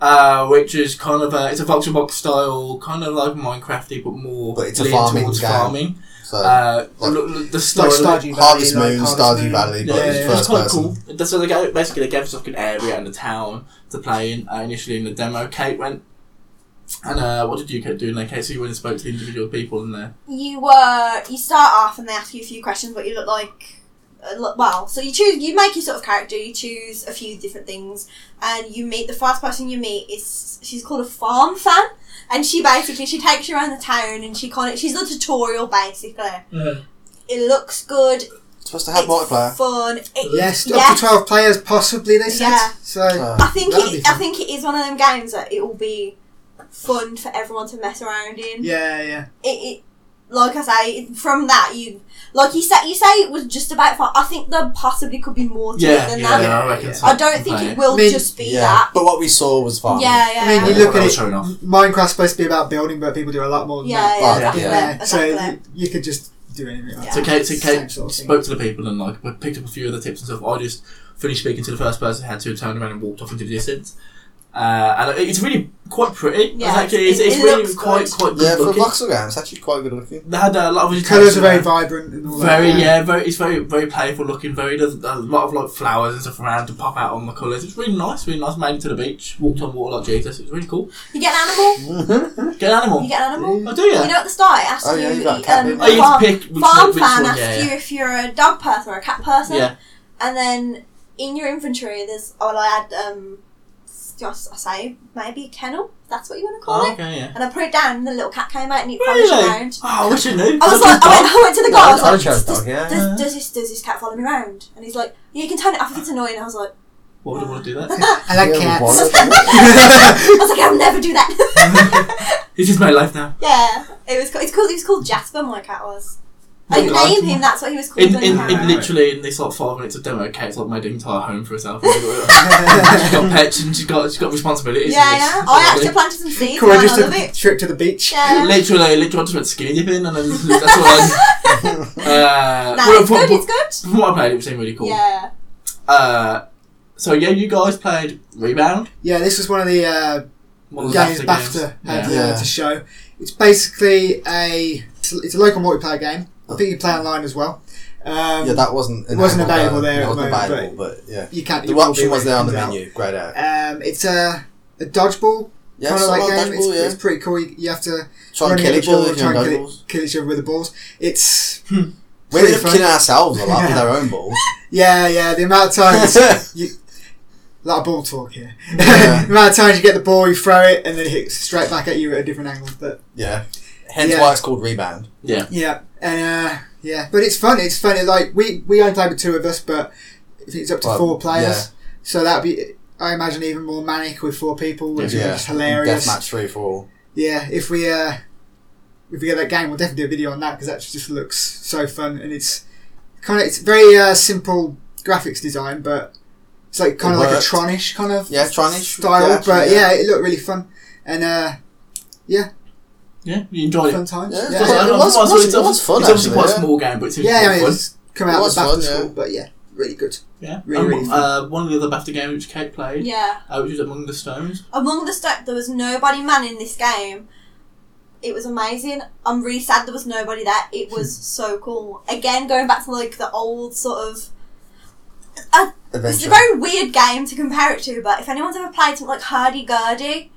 Speaker 1: uh, which is kind of a it's a voxel box style, kind of like Minecrafty, but more
Speaker 3: But it's a
Speaker 1: lean
Speaker 3: farming
Speaker 1: towards
Speaker 3: game.
Speaker 1: farming.
Speaker 3: So,
Speaker 1: Uh,
Speaker 3: Like-
Speaker 1: look, look, the
Speaker 4: It's like
Speaker 1: style.
Speaker 4: Stardew Valley.
Speaker 3: Harvest
Speaker 4: like
Speaker 3: Moon,
Speaker 4: Harvest
Speaker 3: Stardew
Speaker 4: Moon.
Speaker 3: Valley, but
Speaker 1: yeah,
Speaker 3: it's
Speaker 4: yeah,
Speaker 1: it's
Speaker 3: first
Speaker 1: quite
Speaker 3: person.
Speaker 1: cool. That's what they gave, basically they gave us like an area and a town to play in uh, initially in the demo. Kate went, and uh, what did you Kate do? in there, Kate, so you went and spoke to the individual people in there.
Speaker 2: You uh, you start off and they ask you a few questions, but you look like. uh, look- Well, so you choose, you make your sort of character, you choose a few different things, and you meet the first person you meet is she's called a farm fan, and she basically she takes you around the town and she kind of she's a tutorial basically.
Speaker 4: Uh-huh.
Speaker 2: It looks good.
Speaker 3: It's supposed to have
Speaker 2: it's
Speaker 3: multiplayer.
Speaker 2: fun. It,
Speaker 4: Yes, up
Speaker 2: Yeah.
Speaker 4: to twelve players possibly. They said
Speaker 2: Yeah.
Speaker 4: so.
Speaker 2: I
Speaker 3: Uh,
Speaker 2: think
Speaker 4: That'd be
Speaker 2: it, I
Speaker 4: fun.
Speaker 2: think it is one of them games that it will be fun for everyone to mess around in.
Speaker 4: yeah, yeah.
Speaker 2: It, it like I say, it- from that you like you said you say it was just about fun. I think there possibly could be more to it
Speaker 1: Yeah, yeah,
Speaker 2: than that.
Speaker 1: I reckon.
Speaker 4: Yeah.
Speaker 1: so.
Speaker 2: I don't think
Speaker 1: Play
Speaker 2: it will
Speaker 4: I mean,
Speaker 2: just be
Speaker 3: yeah, but what we saw was
Speaker 2: that.
Speaker 3: farming.
Speaker 2: Yeah,
Speaker 4: I mean,
Speaker 2: yeah.
Speaker 4: you look at
Speaker 1: Well,
Speaker 4: it.
Speaker 1: showing off.
Speaker 4: Minecraft's supposed to be about building, but people do a lot more than
Speaker 2: yeah, yeah,
Speaker 4: that.
Speaker 3: Yeah.
Speaker 2: exactly,
Speaker 3: Yeah.
Speaker 4: So
Speaker 2: exactly.
Speaker 4: you, you could just do anything. Like
Speaker 2: Yeah.
Speaker 1: So Kate, so
Speaker 4: Same
Speaker 1: Kate
Speaker 4: sort of thing.
Speaker 1: spoke to the people and like we picked up a few of the tips and stuff. I just finished speaking to the first person, had to turn around and walked off into the distance. Uh, and it- it's really quite pretty.
Speaker 2: Yeah,
Speaker 1: it's actually, it's,
Speaker 2: it-
Speaker 1: it's
Speaker 2: it
Speaker 1: really
Speaker 2: looks
Speaker 1: quite
Speaker 2: good.
Speaker 1: quite good
Speaker 3: Yeah, for a
Speaker 1: looking.
Speaker 3: voxel game, it's actually quite good looking.
Speaker 1: They had uh, a lot of
Speaker 4: The colours are
Speaker 1: vegetation
Speaker 4: very
Speaker 1: around.
Speaker 4: vibrant and all
Speaker 1: very
Speaker 4: that.
Speaker 1: yeah, very it's very very playful looking. Very there's a lot of like flowers and stuff around to pop out on the colours. It's really nice, really nice. Made it to the beach, walked on water like Jesus. It's really cool.
Speaker 2: You get an animal.
Speaker 3: Mm-hmm.
Speaker 1: Get an animal.
Speaker 2: You get an animal.
Speaker 1: Oh, do you?
Speaker 2: You know, at the start, it asks
Speaker 3: Oh, yeah,
Speaker 2: you,
Speaker 3: you got a cat,
Speaker 2: um,
Speaker 3: didn't
Speaker 1: oh, you
Speaker 2: farm,
Speaker 1: have to pick which one,
Speaker 2: farm
Speaker 1: which
Speaker 2: fan
Speaker 1: one.
Speaker 2: asks
Speaker 1: Yeah,
Speaker 2: you
Speaker 1: yeah.
Speaker 2: if you're a dog person or a cat person.
Speaker 1: yeah.
Speaker 2: And then in your inventory, there's well, I had um, just I say maybe a kennel. That's what you want to call
Speaker 1: Oh,
Speaker 2: it.
Speaker 1: okay, yeah.
Speaker 2: And I put it down, and the little cat came out and it followed
Speaker 1: Really?
Speaker 2: around.
Speaker 1: Oh, I wish I knew.
Speaker 2: I was like, I went, I went to the Uh-huh. guy. I was
Speaker 3: I'd
Speaker 2: like,
Speaker 3: have
Speaker 2: does,
Speaker 3: chose
Speaker 2: does,
Speaker 3: dog, yeah.
Speaker 2: does, does this does this cat follow me around? And he's like, yeah, you can turn it off if it's annoying. I was like,
Speaker 1: What would you want to do that?
Speaker 4: I like
Speaker 3: Yeah,
Speaker 4: cats.
Speaker 2: I
Speaker 3: we
Speaker 2: was like, I'll never do that.
Speaker 1: This is my life now.
Speaker 2: Yeah, it was. ca- It's called. It was called Jasper. My cat was. I
Speaker 1: Oh,
Speaker 2: didn't
Speaker 1: God.
Speaker 2: name him. That's what he was called.
Speaker 1: In,
Speaker 2: when
Speaker 1: in,
Speaker 2: he
Speaker 1: in
Speaker 2: came out.
Speaker 1: literally in this like five minutes of demo, Kate's like made an entire home for herself. she's got pets and she's got she's got responsibilities.
Speaker 2: yeah,
Speaker 1: and it's-
Speaker 2: yeah.
Speaker 1: it's
Speaker 2: Oh, I
Speaker 1: lovely.
Speaker 2: actually uh, planted some seeds.
Speaker 4: Cool,
Speaker 2: and I
Speaker 4: just
Speaker 2: love
Speaker 4: a
Speaker 2: it.
Speaker 4: trip to the beach.
Speaker 2: Yeah.
Speaker 1: Literally, literally, I just went skinny dipping, and then that's what I. Uh,
Speaker 2: Nah,
Speaker 1: well,
Speaker 2: it's
Speaker 1: from,
Speaker 2: good.
Speaker 1: from-
Speaker 2: It's good.
Speaker 1: from what I played, it seemed really cool.
Speaker 2: Yeah.
Speaker 1: Uh, so yeah, you guys played Rebound.
Speaker 4: Yeah, this was one of the uh,
Speaker 1: One of the
Speaker 4: games BAFTA
Speaker 1: games.
Speaker 4: had
Speaker 1: Yeah.
Speaker 4: uh,
Speaker 3: Yeah.
Speaker 4: to show. It's basically a it's a, it's a local multiplayer game. I think you can play online as well. Um,
Speaker 3: yeah, that wasn't.
Speaker 4: It wasn't
Speaker 3: enabled,
Speaker 4: available
Speaker 3: uh,
Speaker 4: there
Speaker 3: It
Speaker 4: at
Speaker 3: wasn't
Speaker 4: the moment,
Speaker 3: available, but yeah,
Speaker 4: you can't.
Speaker 3: the
Speaker 4: you will be
Speaker 3: option
Speaker 4: when
Speaker 3: was
Speaker 4: it
Speaker 3: there on the
Speaker 4: comes out.
Speaker 3: menu. Grayed out.
Speaker 4: Um, it's a, a dodgeball
Speaker 3: Yeah,
Speaker 4: kind
Speaker 3: it's
Speaker 4: of like
Speaker 3: like
Speaker 4: game. it's,
Speaker 3: dodgeball. Yeah,
Speaker 4: it's pretty cool. You, you have to
Speaker 3: try and
Speaker 4: running
Speaker 3: kill
Speaker 4: at
Speaker 3: each other.
Speaker 4: ball,
Speaker 3: if you're in
Speaker 4: try and kill,
Speaker 3: dodgeballs.
Speaker 4: kill each other with the balls. It's
Speaker 3: We ended
Speaker 4: pretty
Speaker 3: up
Speaker 4: fun.
Speaker 3: killing ourselves a lot with
Speaker 4: Yeah.
Speaker 3: our own balls.
Speaker 4: yeah, yeah. The amount of times
Speaker 3: yeah,
Speaker 4: a lot of ball talk here.
Speaker 3: Yeah.
Speaker 4: the amount of times you get the ball, you throw it, and then it hits straight back at you at a different angle. But
Speaker 3: hence
Speaker 4: Yeah.
Speaker 3: why it's called rebound.
Speaker 4: yeah, and uh, yeah, but it's fun. It's funny. Like we we only play with two of us, but if it's up to
Speaker 3: Well,
Speaker 4: four
Speaker 3: yeah.
Speaker 4: players, so that'd be. I imagine even more manic with four people, which
Speaker 3: Yeah.
Speaker 4: is just hilarious.
Speaker 3: Deathmatch three for all.
Speaker 4: Yeah, if we uh, if we get that game, we'll definitely do a video on that because that just looks so fun and it's kind of it's very uh, simple graphics design, but it's like kind
Speaker 3: It
Speaker 4: of like a
Speaker 3: worked.
Speaker 4: Tronish kind of
Speaker 3: Yeah, Tronish,
Speaker 4: style.
Speaker 3: yeah, actually,
Speaker 4: but
Speaker 3: yeah.
Speaker 4: yeah. it looked really fun and uh,
Speaker 1: Yeah, you enjoyed it.
Speaker 4: fun times.
Speaker 3: Yeah,
Speaker 4: Yeah,
Speaker 3: it
Speaker 4: yeah,
Speaker 3: was-
Speaker 4: yeah,
Speaker 3: it was- it was fun,
Speaker 1: It's obviously
Speaker 3: actually,
Speaker 1: quite
Speaker 3: yeah.
Speaker 1: a small game, but it's
Speaker 4: yeah, I
Speaker 1: quite
Speaker 4: mean,
Speaker 1: fun.
Speaker 4: it's come
Speaker 3: It
Speaker 4: out
Speaker 3: was
Speaker 4: of the
Speaker 3: fun,
Speaker 4: back
Speaker 3: yeah.
Speaker 4: school, but yeah, really good.
Speaker 1: Yeah,
Speaker 4: Really, really
Speaker 1: um,
Speaker 4: fun.
Speaker 1: uh, one of the other BAFTA games which Kate played,
Speaker 2: Yeah.
Speaker 1: uh, which was Among the Stones.
Speaker 2: Among the stuff, there was nobody man in this game. It was amazing. I'm really sad there was nobody there. It was so cool. Again, going back to like the old sort of It's a
Speaker 3: Adventure.
Speaker 2: very weird game to compare it to, but if anyone's ever played something like Hurdy Gurdy,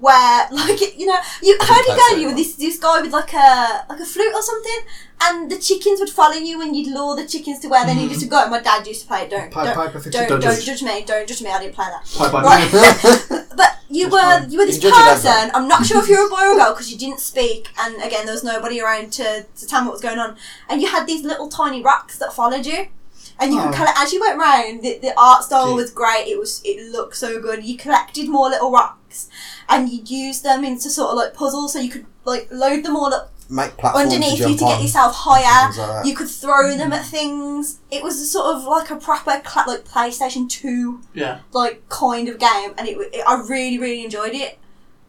Speaker 2: where like it- you know you
Speaker 3: I've
Speaker 2: Hurdy
Speaker 3: played
Speaker 2: Gurdy
Speaker 3: that
Speaker 2: with
Speaker 3: one.
Speaker 2: this this guy with like a like a flute or something, and the chickens would follow you and you'd lure the chickens to where they needed to go. My dad used to play it. Don't
Speaker 4: Pied
Speaker 2: don't,
Speaker 4: Piper for
Speaker 2: don't,
Speaker 1: Don't
Speaker 2: don't,
Speaker 1: judge.
Speaker 2: judge me. Don't judge me. I didn't play that.
Speaker 1: Bye bye.
Speaker 2: Right.
Speaker 3: yeah,
Speaker 2: But you
Speaker 4: That's
Speaker 2: were
Speaker 4: fine.
Speaker 2: you were
Speaker 3: You
Speaker 2: this
Speaker 3: can judge your dad,
Speaker 2: person. I'm not sure if you were a boy or a girl because you didn't speak, and again there was nobody around to, to tell me what was going on. And you had these little tiny rocks that followed you, and you
Speaker 4: Oh.
Speaker 2: could collect as you went round. The, the art style
Speaker 4: Cute.
Speaker 2: was great. It was it looked so good. You collected more little rocks, and you would use them into sort of like puzzles, so you could like load them all up
Speaker 3: Make platforms
Speaker 2: underneath
Speaker 3: to
Speaker 2: you
Speaker 3: jump
Speaker 2: to
Speaker 3: on.
Speaker 2: get yourself higher.
Speaker 3: things like that. Hmm.
Speaker 2: You could throw them at things. It was a sort of like a proper cla- like PlayStation Two
Speaker 1: Yeah,
Speaker 2: like kind of game, and it, it I really really enjoyed it.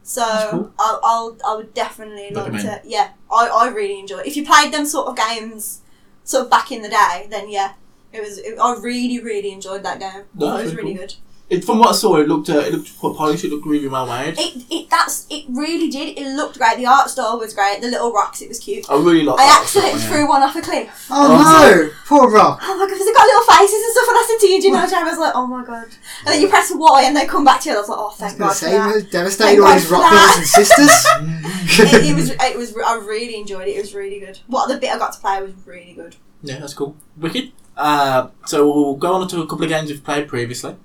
Speaker 2: So
Speaker 1: That's cool.
Speaker 2: I'll, I'll I would definitely like
Speaker 1: Recommend.
Speaker 2: to yeah I, I really enjoy it. If you played them sort of games sort of back in the day, then yeah. It was. It, I really, really enjoyed that game.
Speaker 1: No,
Speaker 2: it was
Speaker 1: that's
Speaker 2: really
Speaker 1: cool.
Speaker 2: good.
Speaker 1: it, from what I saw, it looked uh, it looked quite polished. It looked really well made.
Speaker 2: It, it, that's, it really did. It looked great. The art style was great. The little rocks, it was cute.
Speaker 1: I really like.
Speaker 2: I accidentally threw one off a cliff.
Speaker 4: Oh no, poor rock.
Speaker 2: Oh my god, 'cause it got little faces and stuff. And I said to you, do you know? what I was like, oh my god. And then you press Y, and they come back to you. And I was like, oh,
Speaker 4: I was
Speaker 2: thank
Speaker 4: gonna
Speaker 2: God. for
Speaker 4: say,
Speaker 2: that.
Speaker 4: you devastated all
Speaker 2: Thank
Speaker 4: his
Speaker 2: God for
Speaker 4: rock
Speaker 2: that.
Speaker 4: brothers and sisters.
Speaker 2: it, it was it was I really enjoyed it. It was really good. What the bit I got to play was really good.
Speaker 1: Yeah, that's cool. Wicked. Uh, so we'll go on to a couple of games we've played previously.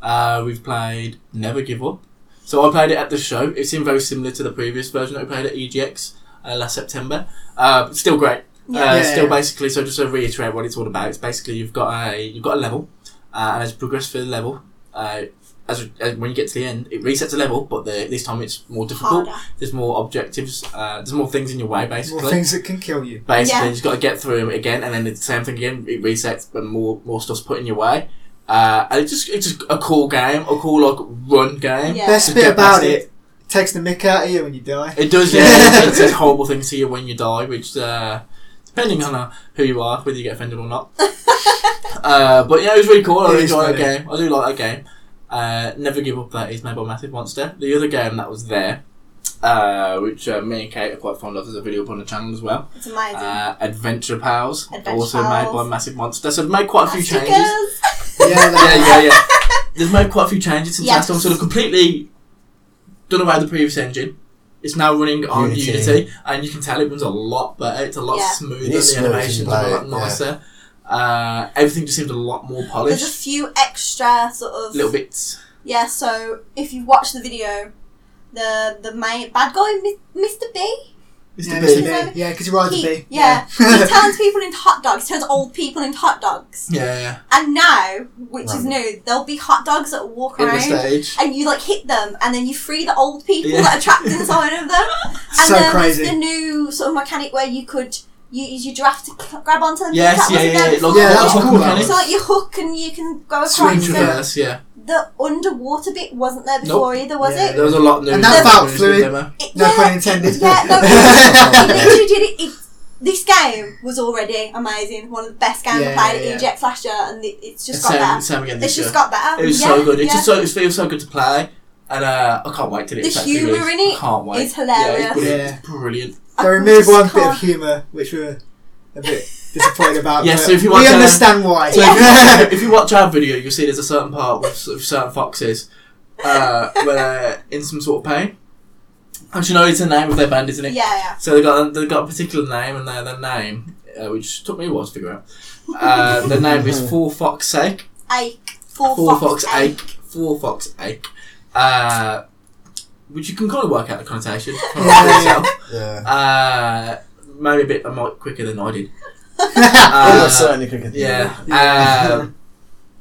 Speaker 1: Uh, we've played Never Give Up. So I played it at the show. It seemed very similar to the previous version that we played at EGX uh, last September. Uh, still great.
Speaker 2: Yeah.
Speaker 1: Uh,
Speaker 4: Yeah.
Speaker 1: still basically, so just to reiterate what it's all about. It's basically you've got a you've got a level, uh, and as you progress through the level, uh, as, as when you get to the end, it resets the level, but the, this time it's more difficult.
Speaker 2: Harder.
Speaker 1: There's more objectives. Uh, there's more things in your way, basically.
Speaker 4: More things that can kill you.
Speaker 1: Basically,
Speaker 2: Yeah.
Speaker 1: you just got to get through them again, and then it's the same thing again. It resets, but more more stuff's put in your way. Uh, and it's just it's just a cool game, a cool like run game.
Speaker 2: Yeah.
Speaker 4: Best
Speaker 1: Just
Speaker 4: bit
Speaker 1: get
Speaker 4: about
Speaker 1: past
Speaker 4: it, it takes the mick out of you when you die.
Speaker 1: It does, yeah.
Speaker 4: Yeah.
Speaker 1: it says horrible things to you when you die, which uh, depending on uh, who you are, whether you get offended or not. uh, but yeah, it was really cool. I
Speaker 4: It is
Speaker 1: enjoyed that
Speaker 4: funny.
Speaker 1: game. I do like that game. Uh, Never give up. That is made by Massive Monster. The other game that was there, uh, which uh, me and Kate are quite fond of, there's a video up on the channel as well.
Speaker 2: It's amazing.
Speaker 1: Uh, Adventure Pals,
Speaker 2: Adventure
Speaker 1: also made by
Speaker 2: Pals.
Speaker 1: Massive Monster. So they've made quite a few
Speaker 2: Stickers.
Speaker 1: changes.
Speaker 4: Yeah,
Speaker 1: yeah,
Speaker 4: that-
Speaker 1: yeah, yeah. They've made quite a few changes since last
Speaker 2: Yes.
Speaker 1: time. So they've completely done away with the previous engine. It's now running on Unity,
Speaker 3: Unity.
Speaker 1: and you can tell it runs a lot better. It's a lot
Speaker 2: Yeah.
Speaker 1: smoother.
Speaker 3: It
Speaker 1: The
Speaker 3: is smooth,
Speaker 1: animations
Speaker 3: isn't it?
Speaker 1: are a lot
Speaker 3: Yeah.
Speaker 1: nicer. Uh, everything just seemed a lot more
Speaker 2: There's a
Speaker 1: polished.
Speaker 2: few extra sort of
Speaker 1: Little bits.
Speaker 2: yeah. So if you watch the video, the the main bad guy, Mi- Mr. B,
Speaker 1: Mr.
Speaker 4: Yeah,
Speaker 1: B.
Speaker 4: Mr. B. Yeah, because you wanted
Speaker 2: He,
Speaker 4: to be.
Speaker 2: yeah, he turns people into hot dogs. Turns old people into hot dogs.
Speaker 1: Yeah, yeah.
Speaker 2: And now, which is
Speaker 3: Random.
Speaker 2: new, there'll be hot dogs that walk
Speaker 1: In the
Speaker 2: around,
Speaker 1: stage.
Speaker 2: and you like hit them, and then you free the old people
Speaker 1: Yeah.
Speaker 2: that are trapped inside of them. And
Speaker 4: So
Speaker 2: there
Speaker 4: crazy.
Speaker 2: was the new sort of mechanic where you could you use your giraffe to cl- grab onto them.
Speaker 1: Yes,
Speaker 2: that
Speaker 1: yeah,
Speaker 2: wasn't
Speaker 1: yeah,
Speaker 2: there
Speaker 1: yeah.
Speaker 2: before.
Speaker 1: Look,
Speaker 4: Yeah, that
Speaker 1: look,
Speaker 4: was
Speaker 1: look,
Speaker 4: cool,
Speaker 1: look,
Speaker 4: that
Speaker 1: mechanics.
Speaker 2: So like you hook and you can go across.
Speaker 1: Swing
Speaker 2: and-
Speaker 1: traverse, yeah.
Speaker 2: The underwater bit wasn't there before either, was
Speaker 4: Yeah.
Speaker 2: it?
Speaker 1: There was a lot new.
Speaker 4: And that
Speaker 1: stuff
Speaker 4: felt
Speaker 1: in the
Speaker 4: fluid.
Speaker 1: demo.
Speaker 2: It-
Speaker 4: No
Speaker 2: yeah,
Speaker 4: pun intended.
Speaker 2: Yeah, no,
Speaker 1: it-
Speaker 2: it literally did it. it this game was already amazing, one of the best games
Speaker 4: Yeah,
Speaker 2: I played
Speaker 4: yeah,
Speaker 2: at E Eject Flasher, and it, it's just got
Speaker 1: Same,
Speaker 2: better.
Speaker 1: same again
Speaker 2: It's
Speaker 1: this year.
Speaker 2: just got better.
Speaker 1: It was
Speaker 2: yeah,
Speaker 1: so good. It
Speaker 2: yeah.
Speaker 1: just so, it feels so good to play, and uh, I can't wait till it.
Speaker 2: The
Speaker 1: actually
Speaker 2: humour
Speaker 1: released.
Speaker 2: in it
Speaker 1: I can't wait.
Speaker 2: is hilarious.
Speaker 1: Yeah, it's brilliant.
Speaker 4: Yeah.
Speaker 1: It's brilliant.
Speaker 2: I
Speaker 4: They removed
Speaker 2: just
Speaker 4: one bit of
Speaker 2: can't-
Speaker 4: humour, which we were a bit disappointed about.
Speaker 1: Yeah,
Speaker 4: but
Speaker 1: so if you
Speaker 4: we
Speaker 1: want to-
Speaker 4: understand why.
Speaker 1: So if, you watch, if you watch our video, you'll see there's a certain part with, s- with certain foxes uh, where they're in some sort of pain. Actually, no, it's the name of their band, isn't it?
Speaker 2: Yeah, yeah.
Speaker 1: So they got they got a particular name, and their their name, uh, which took me a while to figure out. Uh, their name is Four Fox Sake.
Speaker 2: Ache. Four,
Speaker 1: Four
Speaker 2: fox,
Speaker 1: Fox Ache. Four Fox Ache. Uh, which you can kind of work out the connotation from yourself.
Speaker 3: Yeah.
Speaker 1: Uh, maybe a bit a mic quicker than I did.
Speaker 3: Almost
Speaker 1: Uh,
Speaker 3: certainly quicker than
Speaker 1: yeah.
Speaker 3: you.
Speaker 1: Um,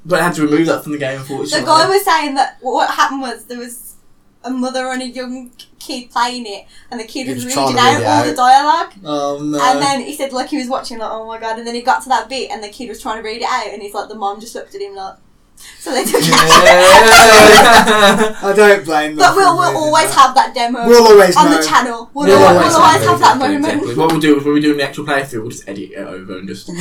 Speaker 1: but I had to remove that from the game, unfortunately.
Speaker 2: The guy was saying that what happened was there was a mother and a young kid playing it, and the kid
Speaker 3: He
Speaker 2: was
Speaker 3: was
Speaker 2: reading
Speaker 3: trying to
Speaker 2: out
Speaker 3: read
Speaker 2: all the
Speaker 3: it out.
Speaker 2: dialogue.
Speaker 1: Oh no.
Speaker 2: And then he said, like, he was watching, like, oh my god. And then he got to that bit, and the kid was trying to read it out, and he's like, the mom just looked at him, like. So they took it.
Speaker 1: Yeah.
Speaker 4: I don't blame them.
Speaker 2: but we'll,
Speaker 4: for
Speaker 2: we'll
Speaker 4: removing
Speaker 2: always
Speaker 4: that.
Speaker 2: have that demo
Speaker 4: We'll always
Speaker 2: on
Speaker 4: know.
Speaker 2: the channel. We'll,
Speaker 4: We'll
Speaker 2: al-
Speaker 4: always
Speaker 2: we'll always
Speaker 4: know.
Speaker 2: have that moment.
Speaker 1: Exactly. What we'll do is when we're doing the actual playthrough, we'll just edit it over and just we,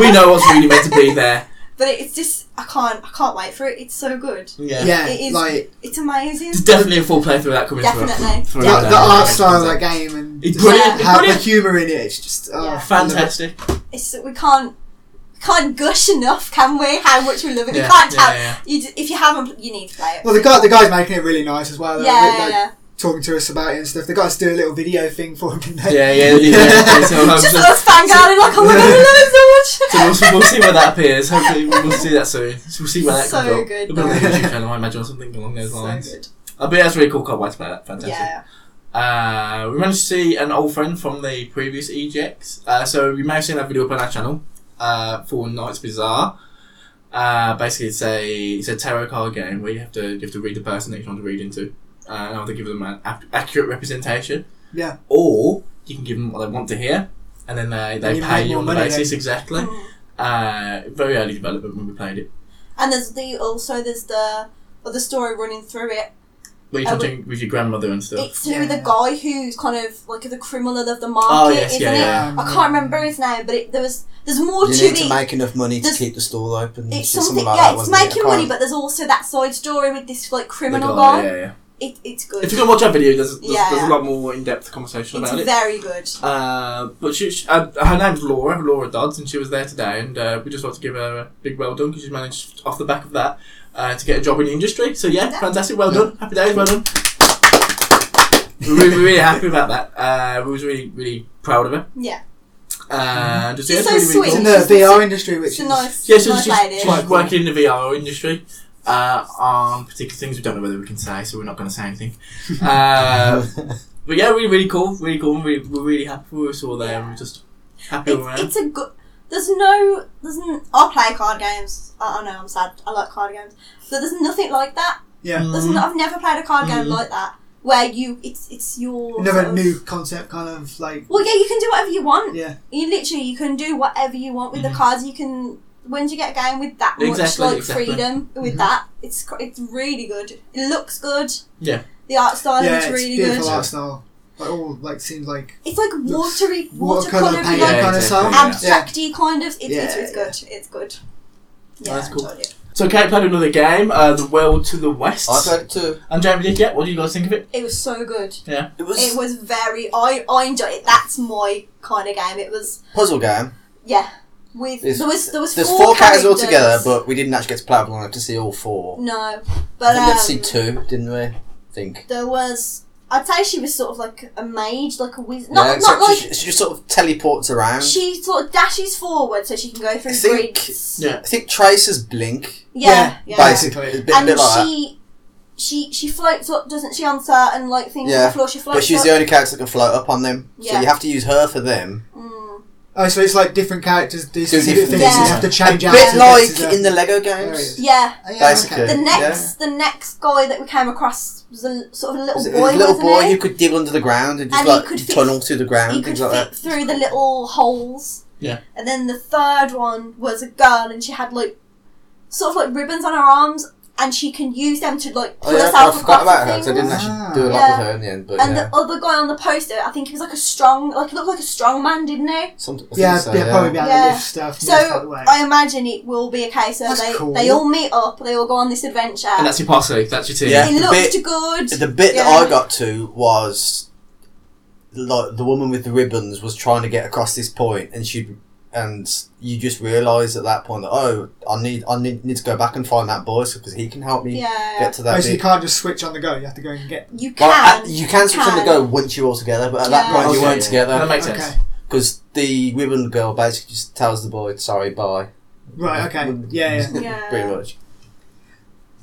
Speaker 1: we know what's really meant to be there.
Speaker 2: But it's just, I can't, I can't wait for it. It's so good.
Speaker 1: Yeah.
Speaker 4: Yeah,
Speaker 2: It is-
Speaker 4: like
Speaker 2: It's amazing.
Speaker 1: It's definitely a full playthrough without coming through.
Speaker 2: Definitely.
Speaker 1: through
Speaker 4: the, the
Speaker 1: uh,
Speaker 4: art style of that game and
Speaker 1: It's
Speaker 4: just
Speaker 1: brilliant, it's
Speaker 4: how the
Speaker 1: brilliant.
Speaker 4: humour in it. It's just oh,
Speaker 2: Yeah.
Speaker 4: I love it.
Speaker 1: Fantastic.
Speaker 2: It's we can't, we can't gush enough, can we? How much we love it.
Speaker 1: Yeah,
Speaker 2: We can't
Speaker 1: yeah,
Speaker 2: tell.
Speaker 1: yeah.
Speaker 2: You d- if you haven't, you need to play it.
Speaker 4: Well, the guy, the guy's making it really nice as well.
Speaker 3: uh,
Speaker 2: yeah,
Speaker 4: They're
Speaker 2: yeah,
Speaker 4: like,
Speaker 2: yeah.
Speaker 4: talking to us about it and stuff. They got us to do a little video thing for him. Didn't they?
Speaker 1: Yeah, yeah, yeah, yeah. So, um,
Speaker 2: Just
Speaker 1: so-
Speaker 2: us fangirling like, oh my god, I
Speaker 1: So
Speaker 2: love
Speaker 1: we'll,
Speaker 2: it so much.
Speaker 1: we'll see where that appears. Hopefully, we'll see that soon. So we'll see where that
Speaker 2: So
Speaker 1: comes up.
Speaker 2: good,
Speaker 1: We'll put it on the
Speaker 4: though.
Speaker 1: YouTube channel, I imagine, or something along those lines. Uh,
Speaker 2: so good.
Speaker 1: I bet that's really cool. Can't wait to play that. Fantastic.
Speaker 2: Yeah.
Speaker 1: Uh, we managed to see an old friend from the previous EJX. Uh, so you may have seen that video up on our channel uh, for Nights Bizarre. Uh, basically, it's a it's a tarot card game where you have to you have to read the person that you're trying to read into, uh, and have to give them an ac- accurate representation.
Speaker 4: Yeah.
Speaker 1: Or you can give them what they want to hear, and then they, they
Speaker 4: you
Speaker 1: pay
Speaker 4: make
Speaker 1: you
Speaker 4: more
Speaker 1: on the
Speaker 4: money then.
Speaker 1: basis exactly
Speaker 2: Mm.
Speaker 1: uh, very early development when we played it.
Speaker 2: And there's the also there's the other story running through it.
Speaker 1: Were you
Speaker 2: Oh,
Speaker 1: talking with your grandmother and stuff?
Speaker 2: It's through the
Speaker 4: Yeah.
Speaker 2: guy who's kind of like the criminal of the market,
Speaker 1: Oh, yes,
Speaker 2: isn't
Speaker 1: yeah,
Speaker 2: it?
Speaker 1: yeah.
Speaker 4: Um,
Speaker 2: I can't remember his name, but it, there was there's more
Speaker 3: You
Speaker 2: to
Speaker 3: need to
Speaker 2: it.
Speaker 3: make enough money to
Speaker 2: There's-
Speaker 3: keep the stall open.
Speaker 2: It's
Speaker 3: so
Speaker 2: something,
Speaker 3: like
Speaker 2: yeah.
Speaker 3: that,
Speaker 2: It's
Speaker 3: wasn't it? I
Speaker 2: making
Speaker 3: can't-
Speaker 2: money, but there's also that side story with this like
Speaker 1: The
Speaker 2: criminal
Speaker 1: guy,
Speaker 2: guy.
Speaker 1: oh, Yeah, yeah.
Speaker 2: It, it's good.
Speaker 1: If you go watch our video, there's, there's,
Speaker 2: Yeah,
Speaker 1: there's a
Speaker 2: yeah.
Speaker 1: lot more in depth conversation
Speaker 2: It's
Speaker 1: about it.
Speaker 2: very good.
Speaker 1: Uh, but she, she uh, her name's Laura, Laura Dodds, and she was there today, and uh, we just want to give her a big well done because she's managed off the back of that uh, to get a job in the industry. So yeah,
Speaker 2: Yeah.
Speaker 1: fantastic, well done, happy days, well done. We're really, really happy about that. Uh, we was really, really proud of her.
Speaker 2: Yeah.
Speaker 1: Uh, just,
Speaker 2: She's
Speaker 1: yeah, it's
Speaker 2: so
Speaker 1: really, really
Speaker 2: sweet.
Speaker 4: It's
Speaker 1: cool.
Speaker 4: in the VR industry, which
Speaker 2: It's a
Speaker 4: is
Speaker 2: nice,
Speaker 1: Yeah, so
Speaker 2: nice
Speaker 1: she's,
Speaker 2: lady.
Speaker 1: she's working in the VR industry uh, on particular things we don't know whether we can say, so we're not going to say anything. Uh, but yeah, really, really cool, really cool. and Really, we're really happy we saw there. and We're just happy all
Speaker 2: It's,
Speaker 1: around.
Speaker 2: it's a good. There's no. There's. N- I play card games. I I know. I'm sad. I like card games, but there's nothing like that.
Speaker 4: yeah,
Speaker 1: Mm.
Speaker 2: There's n- I've never played a card game
Speaker 1: Mhm.
Speaker 2: like that where you. It's it's
Speaker 1: Mm.
Speaker 2: your. sort
Speaker 4: another
Speaker 2: of-
Speaker 4: new concept, kind of like
Speaker 2: Well, yeah, you can do whatever you want.
Speaker 4: yeah,
Speaker 2: You literally you can do whatever you want with
Speaker 1: Mhm.
Speaker 2: the cards. You can. When do you get a game with that much
Speaker 1: Exactly,
Speaker 2: like
Speaker 1: exactly. Mm-hmm.
Speaker 2: freedom with
Speaker 4: Mhm.
Speaker 2: that? It's cr- it's really good. It looks good.
Speaker 1: Yeah.
Speaker 2: The art style
Speaker 4: yeah,
Speaker 2: is
Speaker 4: it's
Speaker 2: really
Speaker 4: beautiful
Speaker 2: good.
Speaker 4: art style. Like all like seems like
Speaker 2: It's like watery,
Speaker 4: watercolor
Speaker 2: watercolor,
Speaker 4: painting
Speaker 1: Yeah,
Speaker 2: like
Speaker 4: kind of
Speaker 1: exactly,
Speaker 4: style.
Speaker 2: Um,
Speaker 1: yeah.
Speaker 2: abstracty kind of. It, it's,
Speaker 4: Yeah,
Speaker 2: it's good. It's good.
Speaker 3: Oh,
Speaker 2: Yeah,
Speaker 1: That's
Speaker 2: I
Speaker 1: cool.
Speaker 2: enjoyed it.
Speaker 1: so Kate played another game, uh, The World to the West.
Speaker 3: I played it too.
Speaker 1: And Jamie did, yeah. What do you guys think of it?
Speaker 2: It was so good.
Speaker 3: It was
Speaker 2: It was very. I I enjoyed it. That's my kind of game. It was
Speaker 3: puzzle game.
Speaker 2: yeah. With
Speaker 3: It's-
Speaker 2: there was there was
Speaker 3: There's
Speaker 2: four,
Speaker 3: four, characters all
Speaker 2: characters.
Speaker 3: together, but we didn't actually get to play everyone. to see all four.
Speaker 2: no,
Speaker 3: I
Speaker 2: but
Speaker 3: think
Speaker 2: um,
Speaker 3: we got to see two, didn't we? I think.
Speaker 2: there was. I'd say she was sort of like a mage, like a wizard. Not
Speaker 3: yeah,
Speaker 2: not
Speaker 3: except
Speaker 2: like
Speaker 3: she, she just sort of teleports around.
Speaker 2: she sort of dashes forward so she can go through
Speaker 3: I think-
Speaker 2: grids.
Speaker 1: Yeah.
Speaker 3: I think Tracer's blink.
Speaker 2: Yeah, yeah.
Speaker 4: Yeah,
Speaker 3: Basically,
Speaker 4: Basically.
Speaker 3: it's a bit,
Speaker 2: and
Speaker 3: bit like that.
Speaker 2: she she she floats up, doesn't she, on certain like things on
Speaker 3: Yeah,
Speaker 2: the floor? She floats
Speaker 3: But she's
Speaker 2: up.
Speaker 3: the only character that can float up on them. So
Speaker 2: Yeah.
Speaker 3: you have to use her for them.
Speaker 2: Mm.
Speaker 4: Oh, so it's like different characters do
Speaker 3: Do
Speaker 4: specific
Speaker 3: different
Speaker 4: things.
Speaker 2: things,
Speaker 4: You have to change
Speaker 3: a
Speaker 4: out.
Speaker 3: bit
Speaker 4: to
Speaker 3: like
Speaker 4: get to
Speaker 3: in the Lego games.
Speaker 2: Yeah.
Speaker 4: Oh, yeah,
Speaker 3: Basically.
Speaker 4: okay.
Speaker 2: The
Speaker 3: Yeah.
Speaker 2: next the next guy that we came across was a sort of a little
Speaker 3: It
Speaker 2: boy,
Speaker 3: was a little
Speaker 2: wasn't
Speaker 3: boy
Speaker 2: he?
Speaker 3: who could dig under the ground and just
Speaker 2: And he
Speaker 3: like
Speaker 2: could fit-
Speaker 3: tunnel through the ground,
Speaker 2: he could
Speaker 3: things
Speaker 2: fit
Speaker 3: like that.
Speaker 2: through the little holes.
Speaker 1: Yeah.
Speaker 2: And then the third one was a girl, and she had like sort of like ribbons on her arms, and she can use them to like pull
Speaker 3: Oh yeah, I
Speaker 2: herself
Speaker 3: forgot
Speaker 2: across
Speaker 3: about her
Speaker 2: things.
Speaker 3: because I didn't
Speaker 4: Ah.
Speaker 3: actually do a lot
Speaker 2: Yeah.
Speaker 3: with her in the end. But
Speaker 2: and
Speaker 3: yeah,
Speaker 2: the other guy on the poster, I think he was like a strong, like he looked like a strong man, didn't he?
Speaker 3: Some, I think
Speaker 4: yeah,
Speaker 3: so,
Speaker 4: yeah, probably about
Speaker 2: Yeah.
Speaker 4: the lift stuff. and stuff like
Speaker 2: So
Speaker 4: that. Oh,
Speaker 2: I imagine it will be a case of
Speaker 4: That's
Speaker 2: they,
Speaker 4: cool.
Speaker 2: they all meet up, they all go on this adventure.
Speaker 1: And that's your posse. That's your team.
Speaker 3: Yeah.
Speaker 2: it
Speaker 3: the
Speaker 2: looked
Speaker 3: bit-
Speaker 2: good.
Speaker 3: The bit
Speaker 2: Yeah.
Speaker 3: that I got to was like the woman with the ribbons was trying to get across this point, and she and you just realise at that point that oh, I need I need, need to go back and find that boy because he can help me
Speaker 2: yeah,
Speaker 3: get to
Speaker 4: Oh,
Speaker 3: that.
Speaker 4: so you
Speaker 3: bit.
Speaker 4: can't just switch on the go. You have to go and get.
Speaker 2: you can.
Speaker 3: Well, at- you can switch on
Speaker 2: can.
Speaker 3: the go once you're all together, but at
Speaker 2: Yeah.
Speaker 3: that point
Speaker 1: Okay,
Speaker 3: you weren't
Speaker 1: yeah. That
Speaker 3: together
Speaker 1: makes
Speaker 4: okay.
Speaker 1: sense.
Speaker 3: because the ribbon girl basically just tells the boy sorry bye. Mm-hmm.
Speaker 4: Right. Okay. Yeah. yeah.
Speaker 2: Yeah.
Speaker 3: pretty much.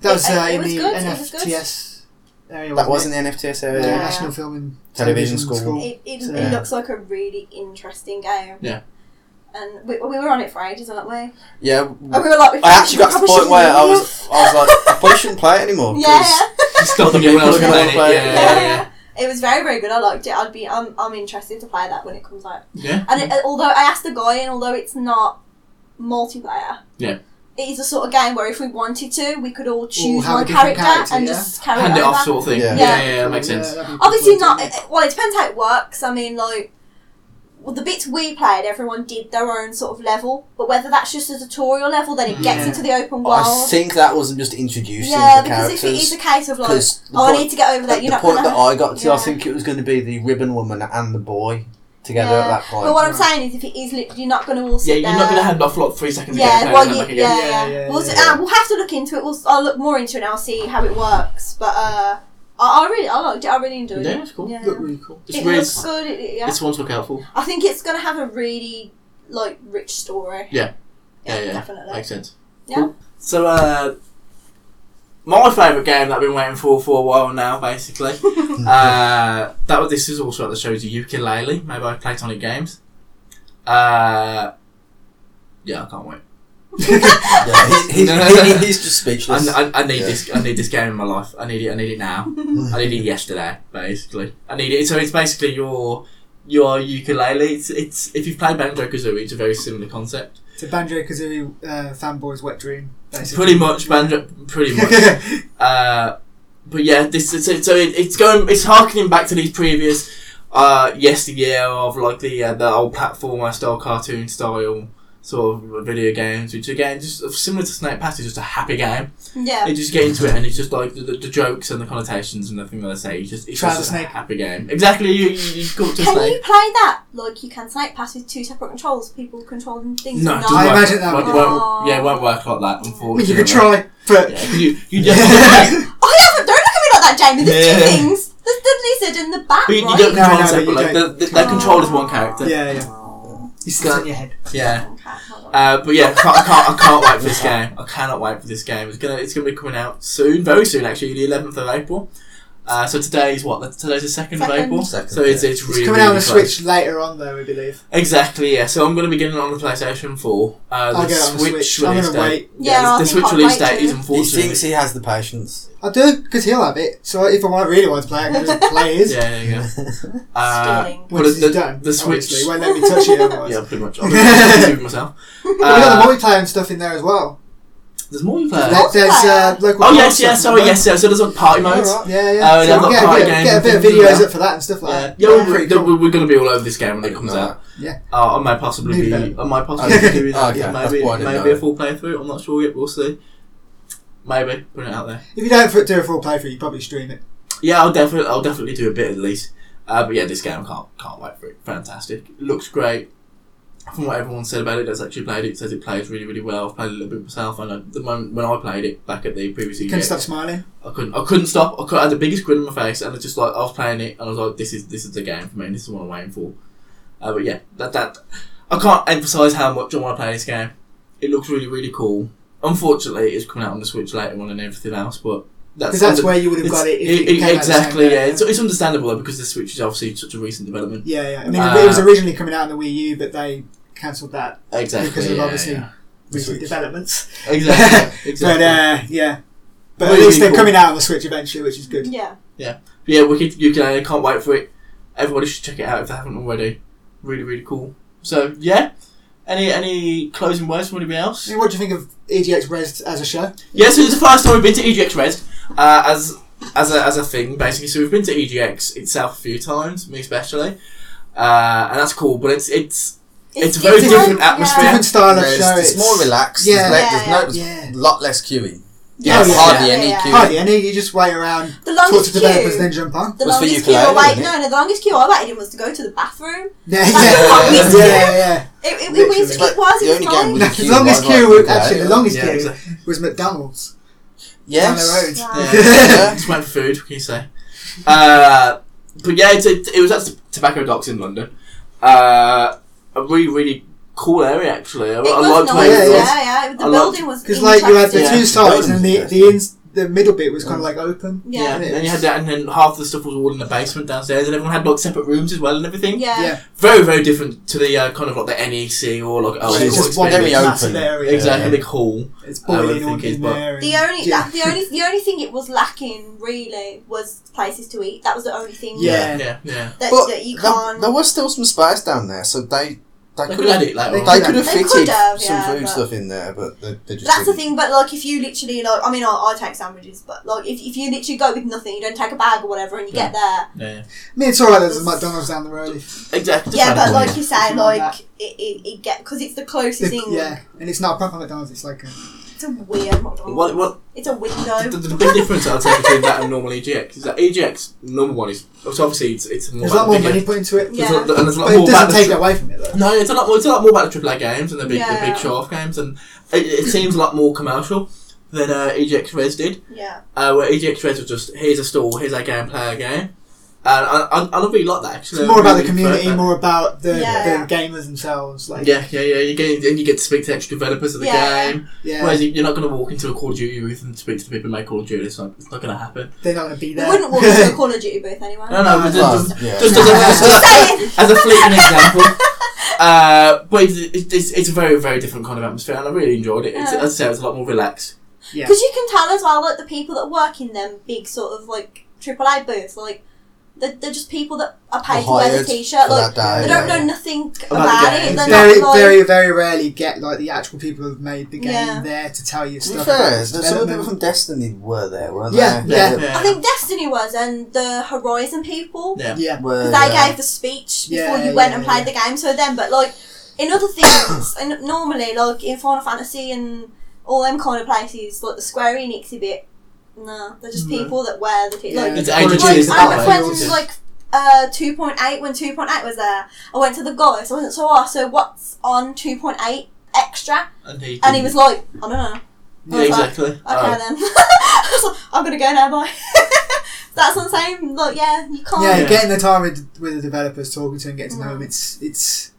Speaker 4: That was
Speaker 2: It-
Speaker 4: uh,
Speaker 2: it
Speaker 4: in
Speaker 2: was
Speaker 4: the
Speaker 2: good, it was good.
Speaker 4: NFTS area.
Speaker 3: That was in
Speaker 4: not
Speaker 3: the NFTS
Speaker 4: it?
Speaker 1: uh,
Speaker 3: area.
Speaker 4: Yeah,
Speaker 2: Yeah.
Speaker 4: National Film and
Speaker 3: Television School.
Speaker 2: It, it,
Speaker 4: So-
Speaker 2: it looks like a really interesting game.
Speaker 1: Yeah.
Speaker 2: And we, we were on it for ages, weren't we?
Speaker 3: Yeah,
Speaker 2: And we were like, we
Speaker 3: Mm. I actually got to the
Speaker 2: probably
Speaker 3: point
Speaker 2: shouldn't
Speaker 3: where I
Speaker 2: leave.
Speaker 3: was, I was like, oh, I probably shouldn't play it anymore. 'cause
Speaker 2: yeah,
Speaker 1: Stop
Speaker 3: Other
Speaker 1: everyone
Speaker 3: people
Speaker 1: else
Speaker 3: are gonna
Speaker 1: playing it.
Speaker 3: play it.
Speaker 1: Yeah,
Speaker 2: yeah,
Speaker 1: yeah, yeah.
Speaker 2: It was very, very good. I liked it. I'd be, I'm, I'm interested to play that when it comes out.
Speaker 1: Yeah.
Speaker 2: And it, although I asked the guy, and although it's not multiplayer,
Speaker 1: Yeah.
Speaker 2: it is a sort of game where if we wanted to, we could all choose
Speaker 4: have a
Speaker 2: one
Speaker 4: different
Speaker 2: character,
Speaker 4: character,
Speaker 2: and
Speaker 4: yeah.
Speaker 2: just carry
Speaker 1: Hand it
Speaker 2: it
Speaker 1: off
Speaker 2: over.
Speaker 1: sort of thing.
Speaker 3: Yeah.
Speaker 1: Yeah,
Speaker 2: Yeah.
Speaker 1: yeah, yeah, that makes sense.
Speaker 2: Obviously not. it- Well, it depends how it works. I mean, like, well, the bits we played, everyone did their own sort of level, but whether that's just a tutorial level, then it gets
Speaker 4: Yeah.
Speaker 2: into the open
Speaker 3: I
Speaker 2: world.
Speaker 3: think that wasn't just introducing
Speaker 2: Yeah,
Speaker 3: the
Speaker 2: because if it is
Speaker 3: characters.
Speaker 2: a case of like,
Speaker 3: Because the,
Speaker 2: oh, I
Speaker 3: point,
Speaker 2: need to get over
Speaker 3: the-
Speaker 2: that, you're
Speaker 3: the
Speaker 2: not
Speaker 3: point
Speaker 2: gonna.
Speaker 3: that I got to, I
Speaker 2: Yeah.
Speaker 3: think it was going to be the ribbon woman and the boy together
Speaker 2: Yeah.
Speaker 3: at that
Speaker 2: But
Speaker 3: point.
Speaker 2: what I'm
Speaker 4: Right.
Speaker 2: saying is, if it is, lit- you're not gonna all
Speaker 1: Yeah,
Speaker 2: sit
Speaker 1: you're
Speaker 2: there.
Speaker 1: not gonna hand off for like three seconds. of
Speaker 2: yeah,
Speaker 1: gameplay
Speaker 2: well,
Speaker 1: and then back
Speaker 2: you,
Speaker 1: again.
Speaker 2: yeah,
Speaker 4: again.
Speaker 2: yeah,
Speaker 4: Yeah, yeah,
Speaker 2: We'll, s-
Speaker 3: yeah.
Speaker 2: uh, we'll have to look into it. We'll, s- I'll look more into it and I'll see how it works. But uh, I, I really, I liked it. I really enjoyed
Speaker 1: Yeah,
Speaker 2: it.
Speaker 1: it's cool.
Speaker 2: Yeah.
Speaker 1: Look really cool. It's
Speaker 2: it
Speaker 1: really,
Speaker 2: looks good. It, it- yeah.
Speaker 1: it's one to look out for.
Speaker 2: I think it's gonna have a really like rich story.
Speaker 1: Yeah. Yeah, yeah.
Speaker 2: definitely.
Speaker 1: Makes sense.
Speaker 2: Yeah.
Speaker 1: Cool. So, uh, my favourite game that I've been waiting for for a while now, basically. uh, that was, this is also at the shows of ukulele, made by Platonic Games. Uh, yeah, I can't wait.
Speaker 3: yeah, he's, he's,
Speaker 1: No, no, no.
Speaker 3: he- he's just
Speaker 1: I,
Speaker 3: speechless.
Speaker 1: I, I need
Speaker 3: Yeah.
Speaker 1: this. I need this game in my life. I need it. I need it now. I need it yesterday. Basically, I need it. So it's basically your your ukulele. It's, it's if you've played Banjo Kazooie, it's a very similar concept.
Speaker 4: It's a Banjo Kazooie uh, fanboy's wet dream. Basically.
Speaker 1: Pretty much Banjo. Pretty much. Uh, but yeah, this so, so it, it's going it's harkening back to these previous uh, yesteryear of like the uh, the old platformer style cartoon style sort of video games, which again just similar to Snake Pass, it's just a happy game.
Speaker 2: Yeah.
Speaker 1: You just get into it and it's just like the, the, the jokes and the connotations and everything that they say. It's just it's
Speaker 4: Try
Speaker 1: just
Speaker 4: the
Speaker 1: a
Speaker 4: snake.
Speaker 1: happy game. Exactly, you you, you call it to a
Speaker 2: Can you
Speaker 1: snake.
Speaker 2: play that like you can Snake Pass with two separate controls? People controlling things.
Speaker 1: No, it
Speaker 2: with
Speaker 1: doesn't
Speaker 4: I
Speaker 1: work.
Speaker 4: imagine that
Speaker 1: Won't-
Speaker 2: would-
Speaker 1: won't- yeah, it won't work like that. Unfortunately,
Speaker 4: you could try, but
Speaker 1: Yeah, 'cause you you just
Speaker 2: Oh, I haven't. Don't look at me like that, Jamie. There's
Speaker 1: Yeah.
Speaker 2: two things. There's the lizard and the bat,
Speaker 1: but you, you
Speaker 2: right? Oh.
Speaker 1: don't
Speaker 4: No,
Speaker 1: control
Speaker 4: no,
Speaker 1: them
Speaker 4: but
Speaker 1: separate.
Speaker 4: you
Speaker 1: Like the,
Speaker 4: don't.
Speaker 1: the, their control is one character.
Speaker 4: yeah, yeah. He sits
Speaker 1: Got-
Speaker 4: on your head.
Speaker 1: yeah.
Speaker 2: Okay, hold on.
Speaker 1: Uh, but yeah, I can't, I can't, I can't wait for this game. I cannot wait for this game. It's gonna, it's gonna be coming out soon, very soon actually, the 11th of April. Uh, so today's what? That's- Today's the 2nd of
Speaker 2: Second.
Speaker 1: April.
Speaker 3: Second,
Speaker 1: so it's,
Speaker 3: yeah.
Speaker 1: it's
Speaker 4: It's
Speaker 1: really
Speaker 4: coming out on the
Speaker 1: really close.
Speaker 4: Switch later on, though, we believe.
Speaker 1: Exactly, yeah. So I'm gonna be getting it on the PlayStation 4. Uh, the
Speaker 4: I'll get it on the
Speaker 1: Switch
Speaker 4: Switch. I'm
Speaker 1: release
Speaker 4: gonna
Speaker 1: date.
Speaker 4: wait.
Speaker 2: Yeah,
Speaker 1: the,
Speaker 2: I
Speaker 1: the
Speaker 2: think
Speaker 1: Switch
Speaker 2: I'll
Speaker 1: release
Speaker 2: wait
Speaker 1: date is
Speaker 2: too.
Speaker 3: he
Speaker 1: unfortunately.
Speaker 3: thinks he has the patience.
Speaker 4: I do, because he'll have it. So if I want, really want to play it, I can just play his.
Speaker 1: yeah, there you go. Uh,
Speaker 2: Stealing.
Speaker 1: well, the,
Speaker 4: Once he's
Speaker 1: the,
Speaker 4: done,
Speaker 1: the Switch.
Speaker 4: obviously. He won't let me touch it otherwise.
Speaker 1: Yeah, pretty much. I'll be doing myself.
Speaker 4: But we
Speaker 1: Uh,
Speaker 4: got the multiplayer and stuff in there as well.
Speaker 1: there's more you
Speaker 4: There- there's uh, local.
Speaker 1: Oh,
Speaker 4: park
Speaker 1: yes,
Speaker 4: stuff
Speaker 1: yeah,
Speaker 4: and
Speaker 1: sorry,
Speaker 4: that.
Speaker 1: yes, yeah. So there's like party modes.
Speaker 4: Yeah, yeah.
Speaker 1: Oh,
Speaker 4: so
Speaker 1: they've
Speaker 4: we
Speaker 1: got
Speaker 4: get, a
Speaker 1: party
Speaker 4: bit,
Speaker 1: games
Speaker 4: get a bit of
Speaker 1: and things
Speaker 4: videos
Speaker 1: like
Speaker 4: up for that and stuff like
Speaker 1: Yeah,
Speaker 4: that.
Speaker 1: yeah,
Speaker 4: That'd be
Speaker 1: we're,
Speaker 4: pretty cool.
Speaker 1: we're going to be all over this game when it comes
Speaker 3: No.
Speaker 1: out.
Speaker 4: Yeah.
Speaker 1: Uh, I might possibly
Speaker 4: Maybe
Speaker 1: be.
Speaker 4: better.
Speaker 1: I might possibly be doing that.
Speaker 3: Okay, that's
Speaker 1: maybe
Speaker 3: why I didn't
Speaker 1: maybe a
Speaker 3: know.
Speaker 1: full playthrough. I'm not sure yet. We'll see. Maybe put it out there.
Speaker 4: If you don't do a full playthrough, you probably stream it.
Speaker 1: Yeah, I'll definitely I'll definitely do a bit at least. Uh, but yeah, this game I can't can't wait for it. Fantastic. It looks great. From what everyone said about it, that's actually played it, says it plays really really well. I've played it a little bit myself. And at the moment when I played it back at the previous
Speaker 4: Can
Speaker 1: EGX,
Speaker 4: stop smiling.
Speaker 1: I couldn't. I couldn't stop. I, could, I had the biggest grin on my face, and I just like I was playing it, and I was like, "This is this is the game for me. and This is what I'm waiting for." Uh, but yeah, that that I can't emphasize how much I want to play this game. It looks really really cool. Unfortunately, it's coming out on the Switch later on and everything else, but
Speaker 4: Because that's
Speaker 1: under-
Speaker 4: where you would have got it. If
Speaker 1: it's-
Speaker 4: it came out the same
Speaker 1: exactly,
Speaker 4: day.
Speaker 1: yeah. It's, it's understandable though because the Switch is obviously such a recent development.
Speaker 4: Yeah, yeah. I mean, it was
Speaker 1: Uh,
Speaker 4: originally coming out on the Wii U, but they cancelled that
Speaker 1: Exactly.
Speaker 4: because of
Speaker 1: yeah,
Speaker 4: obviously
Speaker 1: yeah.
Speaker 4: recent
Speaker 3: Switch.
Speaker 4: developments.
Speaker 1: Exactly.
Speaker 4: But
Speaker 1: exactly.
Speaker 4: uh, yeah, but
Speaker 1: Really
Speaker 4: at least they're
Speaker 1: cool.
Speaker 4: coming out on the Switch eventually, which is good.
Speaker 2: Yeah.
Speaker 1: But yeah, Wicked Ukulele, can't wait for it. Everybody should check it out if they haven't already. Really, really cool. So yeah. Any any closing words from anybody else?
Speaker 4: I mean, what do you think of EGX Res as a show?
Speaker 1: Yeah, so it's the first time we've been to EGX Red uh, as as a, as a thing basically. So we've been to EGX itself a few times, me especially, uh, and that's cool. But it's it's It's a very different atmosphere.
Speaker 4: Different style of
Speaker 3: Yeah,
Speaker 4: show.
Speaker 3: it's, it's more relaxed.
Speaker 4: Yeah.
Speaker 3: there's, le- there's no, there's
Speaker 4: Yeah.
Speaker 3: lot less queuing.
Speaker 4: Yeah,
Speaker 3: There's
Speaker 4: yeah,
Speaker 3: hardly
Speaker 2: yeah.
Speaker 3: any
Speaker 2: Yeah, yeah.
Speaker 3: queuing.
Speaker 4: Hardly any. You just wait
Speaker 2: The
Speaker 4: around, talk to
Speaker 2: longest
Speaker 4: developers,
Speaker 2: queue.
Speaker 4: then jump on.
Speaker 2: The
Speaker 3: Was for
Speaker 2: longest queue
Speaker 3: ukulele,
Speaker 2: I waited.
Speaker 3: wasn't it?
Speaker 2: No, no, the longest queue I waited was to go to the bathroom.
Speaker 4: Yeah,
Speaker 2: Like,
Speaker 4: yeah.
Speaker 2: the longest
Speaker 4: yeah,
Speaker 2: queue.
Speaker 4: yeah, yeah.
Speaker 2: It, it, it,
Speaker 4: Literally.
Speaker 2: was. It
Speaker 3: But
Speaker 2: was.
Speaker 3: the
Speaker 2: It
Speaker 3: only
Speaker 2: was
Speaker 3: game
Speaker 2: fine.
Speaker 3: was-
Speaker 4: No,
Speaker 3: The
Speaker 4: the
Speaker 3: queue was
Speaker 4: longest
Speaker 3: like
Speaker 4: queue was
Speaker 3: ukulele.
Speaker 4: actually the longest
Speaker 1: yeah,
Speaker 4: queue
Speaker 1: exactly.
Speaker 4: was McDonald's down the road.
Speaker 3: Yes.
Speaker 2: Wow.
Speaker 1: yeah,
Speaker 3: Yeah.
Speaker 1: just went for food. What can you say? Uh, but yeah, it's, it, it was at the Tobacco Docks in London. Uh, a really really cool area actually. I,
Speaker 2: It
Speaker 1: I
Speaker 2: was
Speaker 1: liked
Speaker 2: nice.
Speaker 1: where
Speaker 4: Yeah,
Speaker 1: it
Speaker 2: Yeah,
Speaker 1: was.
Speaker 2: yeah. The
Speaker 1: I liked-
Speaker 2: building was
Speaker 4: because like you had the
Speaker 1: Yeah.
Speaker 2: interesting.
Speaker 4: two sides
Speaker 3: McDonald's
Speaker 4: and the
Speaker 3: was
Speaker 4: the ins the middle bit was kind of like open.
Speaker 1: Yeah,
Speaker 2: Yeah.
Speaker 1: and then you had that, and then half the stuff was all in the basement downstairs, and everyone had like separate rooms as well and everything.
Speaker 2: Yeah.
Speaker 4: Yeah.
Speaker 1: Very, very different to the uh, kind of like the NEC or like oh,
Speaker 4: So
Speaker 3: it's
Speaker 1: it's
Speaker 3: just
Speaker 1: experience.
Speaker 3: one very
Speaker 4: massive
Speaker 3: open.
Speaker 4: area.
Speaker 1: exactly
Speaker 3: Yeah.
Speaker 1: the hall.
Speaker 4: It's
Speaker 1: I would
Speaker 4: boiling
Speaker 1: think
Speaker 4: on
Speaker 1: it's
Speaker 4: in
Speaker 1: bu-
Speaker 4: there. and-
Speaker 2: The only
Speaker 4: yeah.
Speaker 2: that, the only the only thing it was lacking really was places to eat. That was the only thing
Speaker 4: Yeah.
Speaker 1: Yeah, yeah.
Speaker 2: that,
Speaker 3: But
Speaker 2: that you
Speaker 3: there-
Speaker 2: can't.
Speaker 3: there was still some space down there, so they they,
Speaker 1: They
Speaker 3: could
Speaker 1: could add
Speaker 3: have
Speaker 1: it oh, later.
Speaker 4: they
Speaker 1: on.
Speaker 3: they could have
Speaker 2: They
Speaker 3: fitted
Speaker 2: could have,
Speaker 3: some
Speaker 2: yeah,
Speaker 3: food
Speaker 2: but-
Speaker 3: stuff in there, but they, they just
Speaker 2: That's the
Speaker 3: didn't.
Speaker 2: thing, but like if you literally like, I mean, I, I take sandwiches, but like if, if you literally go with nothing, you don't take a bag or whatever, and you get there.
Speaker 1: Yeah,
Speaker 4: I mean, it's alright. There's a McDonald's down the road. if-
Speaker 1: exactly.
Speaker 2: yeah,
Speaker 1: Just
Speaker 2: but
Speaker 1: add
Speaker 2: like
Speaker 1: it.
Speaker 2: you say,
Speaker 4: Something like
Speaker 2: like it, it, it get because it's the closest thing.
Speaker 4: yeah, and it's not a proper McDonald's. It's like a,
Speaker 2: It's a weird model.
Speaker 1: what what
Speaker 2: It's a window.
Speaker 1: the, the big difference I'd say between that and normal EGX is that EGX number one is it's obviously it's it's
Speaker 4: there's a lot more
Speaker 1: bigger.
Speaker 4: money put into it.
Speaker 1: There's a
Speaker 2: Yeah.
Speaker 1: lot- and there's a lot
Speaker 4: But it
Speaker 1: more about
Speaker 4: doesn't
Speaker 1: the
Speaker 4: take
Speaker 1: tr-
Speaker 4: it away from it though.
Speaker 1: No, it's a lot more. It's a lot more about the AAA games and the big the
Speaker 2: Yeah.
Speaker 1: big show off games, and it, it seems a lot more commercial than uh, EGX Res did.
Speaker 2: yeah,
Speaker 1: uh, where EGX Red was just here's a stall, here's our game, play our game. And I, I, I don't really like that uh, actually.
Speaker 4: It's more
Speaker 1: I
Speaker 4: about the
Speaker 1: really
Speaker 4: community,
Speaker 1: prefer
Speaker 4: more about the,
Speaker 2: Yeah.
Speaker 4: the gamers themselves.
Speaker 1: that.
Speaker 4: Like,
Speaker 1: Yeah, yeah, yeah. You get and you get to speak to extra developers of the
Speaker 2: Yeah.
Speaker 1: game.
Speaker 4: yeah,
Speaker 1: Whereas you- you're not going to walk into a Call of Duty booth and speak to the people who make Call of Duty. It's not, it's not going to happen.
Speaker 4: they're not going to be
Speaker 2: we
Speaker 4: there.
Speaker 2: wouldn't walk into a Call of Duty booth anyway.
Speaker 1: No, no. but
Speaker 4: No,
Speaker 1: just,
Speaker 3: Well, yeah.
Speaker 1: just as a, just as a-
Speaker 2: Saying,
Speaker 1: as a fleeting example. Uh, but it's, it's, it's a very, very different kind of atmosphere, and I really enjoyed it. It's,
Speaker 2: Yeah.
Speaker 1: As I say, it was a lot more relaxed.
Speaker 4: yeah.
Speaker 2: Because you can tell as well, like the people that work in them big sort of like AAA booths, like they're, they're just people that are paid to wear the
Speaker 3: Hired
Speaker 2: t-shirt.
Speaker 3: for
Speaker 2: Like
Speaker 3: that day,
Speaker 2: they don't
Speaker 3: yeah.
Speaker 2: know nothing about,
Speaker 1: the
Speaker 2: it.
Speaker 1: games,
Speaker 2: They're
Speaker 1: yeah.
Speaker 4: very,
Speaker 2: not like
Speaker 4: very, very rarely get like the actual people who've made the game
Speaker 2: Yeah.
Speaker 4: there to tell you
Speaker 3: To be
Speaker 4: stuff. about
Speaker 3: fair,
Speaker 4: its
Speaker 3: some of the people
Speaker 4: development.
Speaker 3: from Destiny were there, weren't
Speaker 4: Yeah,
Speaker 3: they?
Speaker 4: yeah.
Speaker 2: I think Destiny was and the Horizon people.
Speaker 1: Yeah.
Speaker 4: yeah,
Speaker 3: Were
Speaker 2: 'Cause
Speaker 3: there.
Speaker 2: they gave the speech before
Speaker 4: Yeah,
Speaker 2: you went
Speaker 4: yeah,
Speaker 2: and played the game. So then, but like in other things, and normally like in Final Fantasy and all them kind of places, like the Square Enix bit, nah, they're just
Speaker 1: No.
Speaker 2: people that wear the t-
Speaker 4: Yeah.
Speaker 2: like.
Speaker 1: It's
Speaker 4: Call of
Speaker 1: ages
Speaker 4: Duty
Speaker 1: is
Speaker 4: is
Speaker 2: Like,
Speaker 1: that
Speaker 2: I
Speaker 1: way.
Speaker 4: about
Speaker 2: went
Speaker 4: fields.
Speaker 2: when like uh, 2.8 when 2.8 was there. I went to the guy, so I wasn't sure. So what's on 2.8 extra?
Speaker 1: And he,
Speaker 2: And he was like, I don't know.
Speaker 1: yeah, exactly.
Speaker 2: Okay
Speaker 1: Oh.
Speaker 2: then. I was like, I'm gonna go now, bye. That's what I'm saying. Like, yeah, you can't.
Speaker 4: yeah,
Speaker 1: Yeah.
Speaker 4: getting the time with, with the developers, talking to them, getting to know
Speaker 2: Mm.
Speaker 4: them. It's it's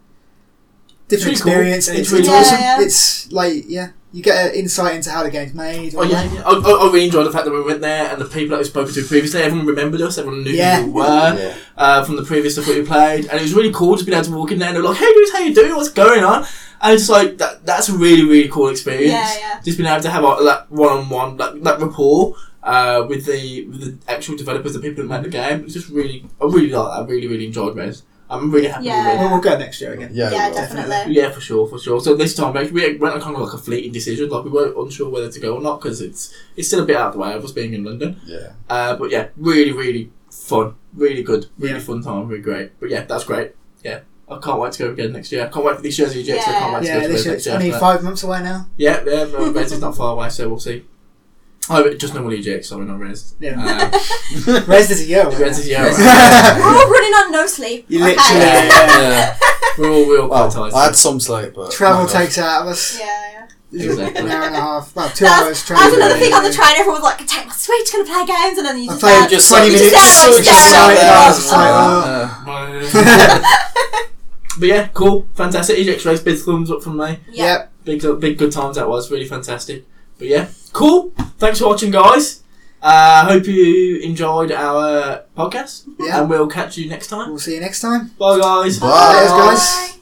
Speaker 4: different
Speaker 1: It's really cool.
Speaker 4: experience. and
Speaker 1: It's
Speaker 4: It's,
Speaker 1: really
Speaker 4: really
Speaker 2: cool.
Speaker 4: awesome.
Speaker 2: Yeah, yeah.
Speaker 4: It's like yeah, you get an insight into how the game's made.
Speaker 1: Oh yeah, yeah. I, I, I really enjoyed the fact that we went there and the people that we spoken to previously, everyone remembered us, everyone knew
Speaker 4: Yeah.
Speaker 1: who we were
Speaker 3: Yeah.
Speaker 1: uh, from the previous stuff that we played, and it was really cool just being able to walk in there and they're like, "Hey dudes, how you doing? What's going on?" And it's like that, that's a really really cool experience.
Speaker 2: Yeah, yeah.
Speaker 1: Just being able to have uh, that one on one that that rapport uh, with the with the actual developers, the people that made the game. It's just really, I really like that. I really really enjoyed Res. I'm really happy
Speaker 2: Yeah.
Speaker 1: with
Speaker 4: Well, we'll go next year again.
Speaker 3: Yeah,
Speaker 2: Yeah,
Speaker 3: well.
Speaker 2: definitely.
Speaker 1: it. Yeah, for sure, for sure. So this time actually, we went on kind of like a fleeting decision. Like we weren't unsure whether to go or not because it's it's still a bit out of the way of us being in London.
Speaker 3: yeah.
Speaker 1: Uh, but yeah, really, really fun. Really good. Really
Speaker 4: Yeah.
Speaker 1: fun time. Really great. But yeah, that's great. Yeah. I can't wait to go again next year. I can't wait for this year's EGX. I can't wait to
Speaker 4: Yeah,
Speaker 1: go to
Speaker 4: this
Speaker 1: this
Speaker 4: year
Speaker 1: next
Speaker 4: it's
Speaker 1: year.
Speaker 4: only
Speaker 1: but-
Speaker 4: five months away now.
Speaker 1: yeah, yeah, no, Rez is not far away, so we'll see. Oh, but just normal EGX, sorry, not Rez.
Speaker 4: Yeah,
Speaker 1: Um,
Speaker 4: Res is a year away.
Speaker 1: Rez is yeah,
Speaker 3: Rez-
Speaker 1: right.
Speaker 2: We're all running on no sleep.
Speaker 4: You
Speaker 2: okay?
Speaker 4: literally-
Speaker 2: Yeah,
Speaker 1: Yeah,
Speaker 4: Yeah.
Speaker 1: yeah, yeah. We're all real quite
Speaker 4: Oh,
Speaker 3: Well, I
Speaker 1: tired.
Speaker 3: had some sleep, but
Speaker 4: Travel
Speaker 3: not enough.
Speaker 4: takes out of us.
Speaker 2: yeah.
Speaker 1: Exactly.
Speaker 4: An hour and a half, well, two
Speaker 2: That's-
Speaker 4: hours travel.
Speaker 2: That's another thing on the
Speaker 4: Yeah.
Speaker 2: train. Everyone was like, "Take my Switch, gonna play games," and then you
Speaker 4: I
Speaker 2: just.
Speaker 4: played
Speaker 2: uh,
Speaker 4: just
Speaker 3: Just
Speaker 4: 20
Speaker 3: like-
Speaker 4: minutes.
Speaker 2: just
Speaker 4: just
Speaker 2: staring
Speaker 4: sat
Speaker 2: at
Speaker 4: there,
Speaker 2: the
Speaker 4: I
Speaker 2: wall.
Speaker 4: was just like,
Speaker 2: Oh.
Speaker 3: uh,
Speaker 4: oh.
Speaker 1: but yeah, cool. Fantastic. EGX Race, big thumbs up from me.
Speaker 2: Yeah.
Speaker 4: Yep.
Speaker 1: Big, big good times that was. Really fantastic. But yeah, cool. Thanks for watching, guys. Uh, hope you enjoyed our podcast,
Speaker 4: Yeah.
Speaker 1: and we'll catch you next time.
Speaker 4: We'll see you next time.
Speaker 1: Bye, guys.
Speaker 3: Bye.
Speaker 4: Cheers, guys.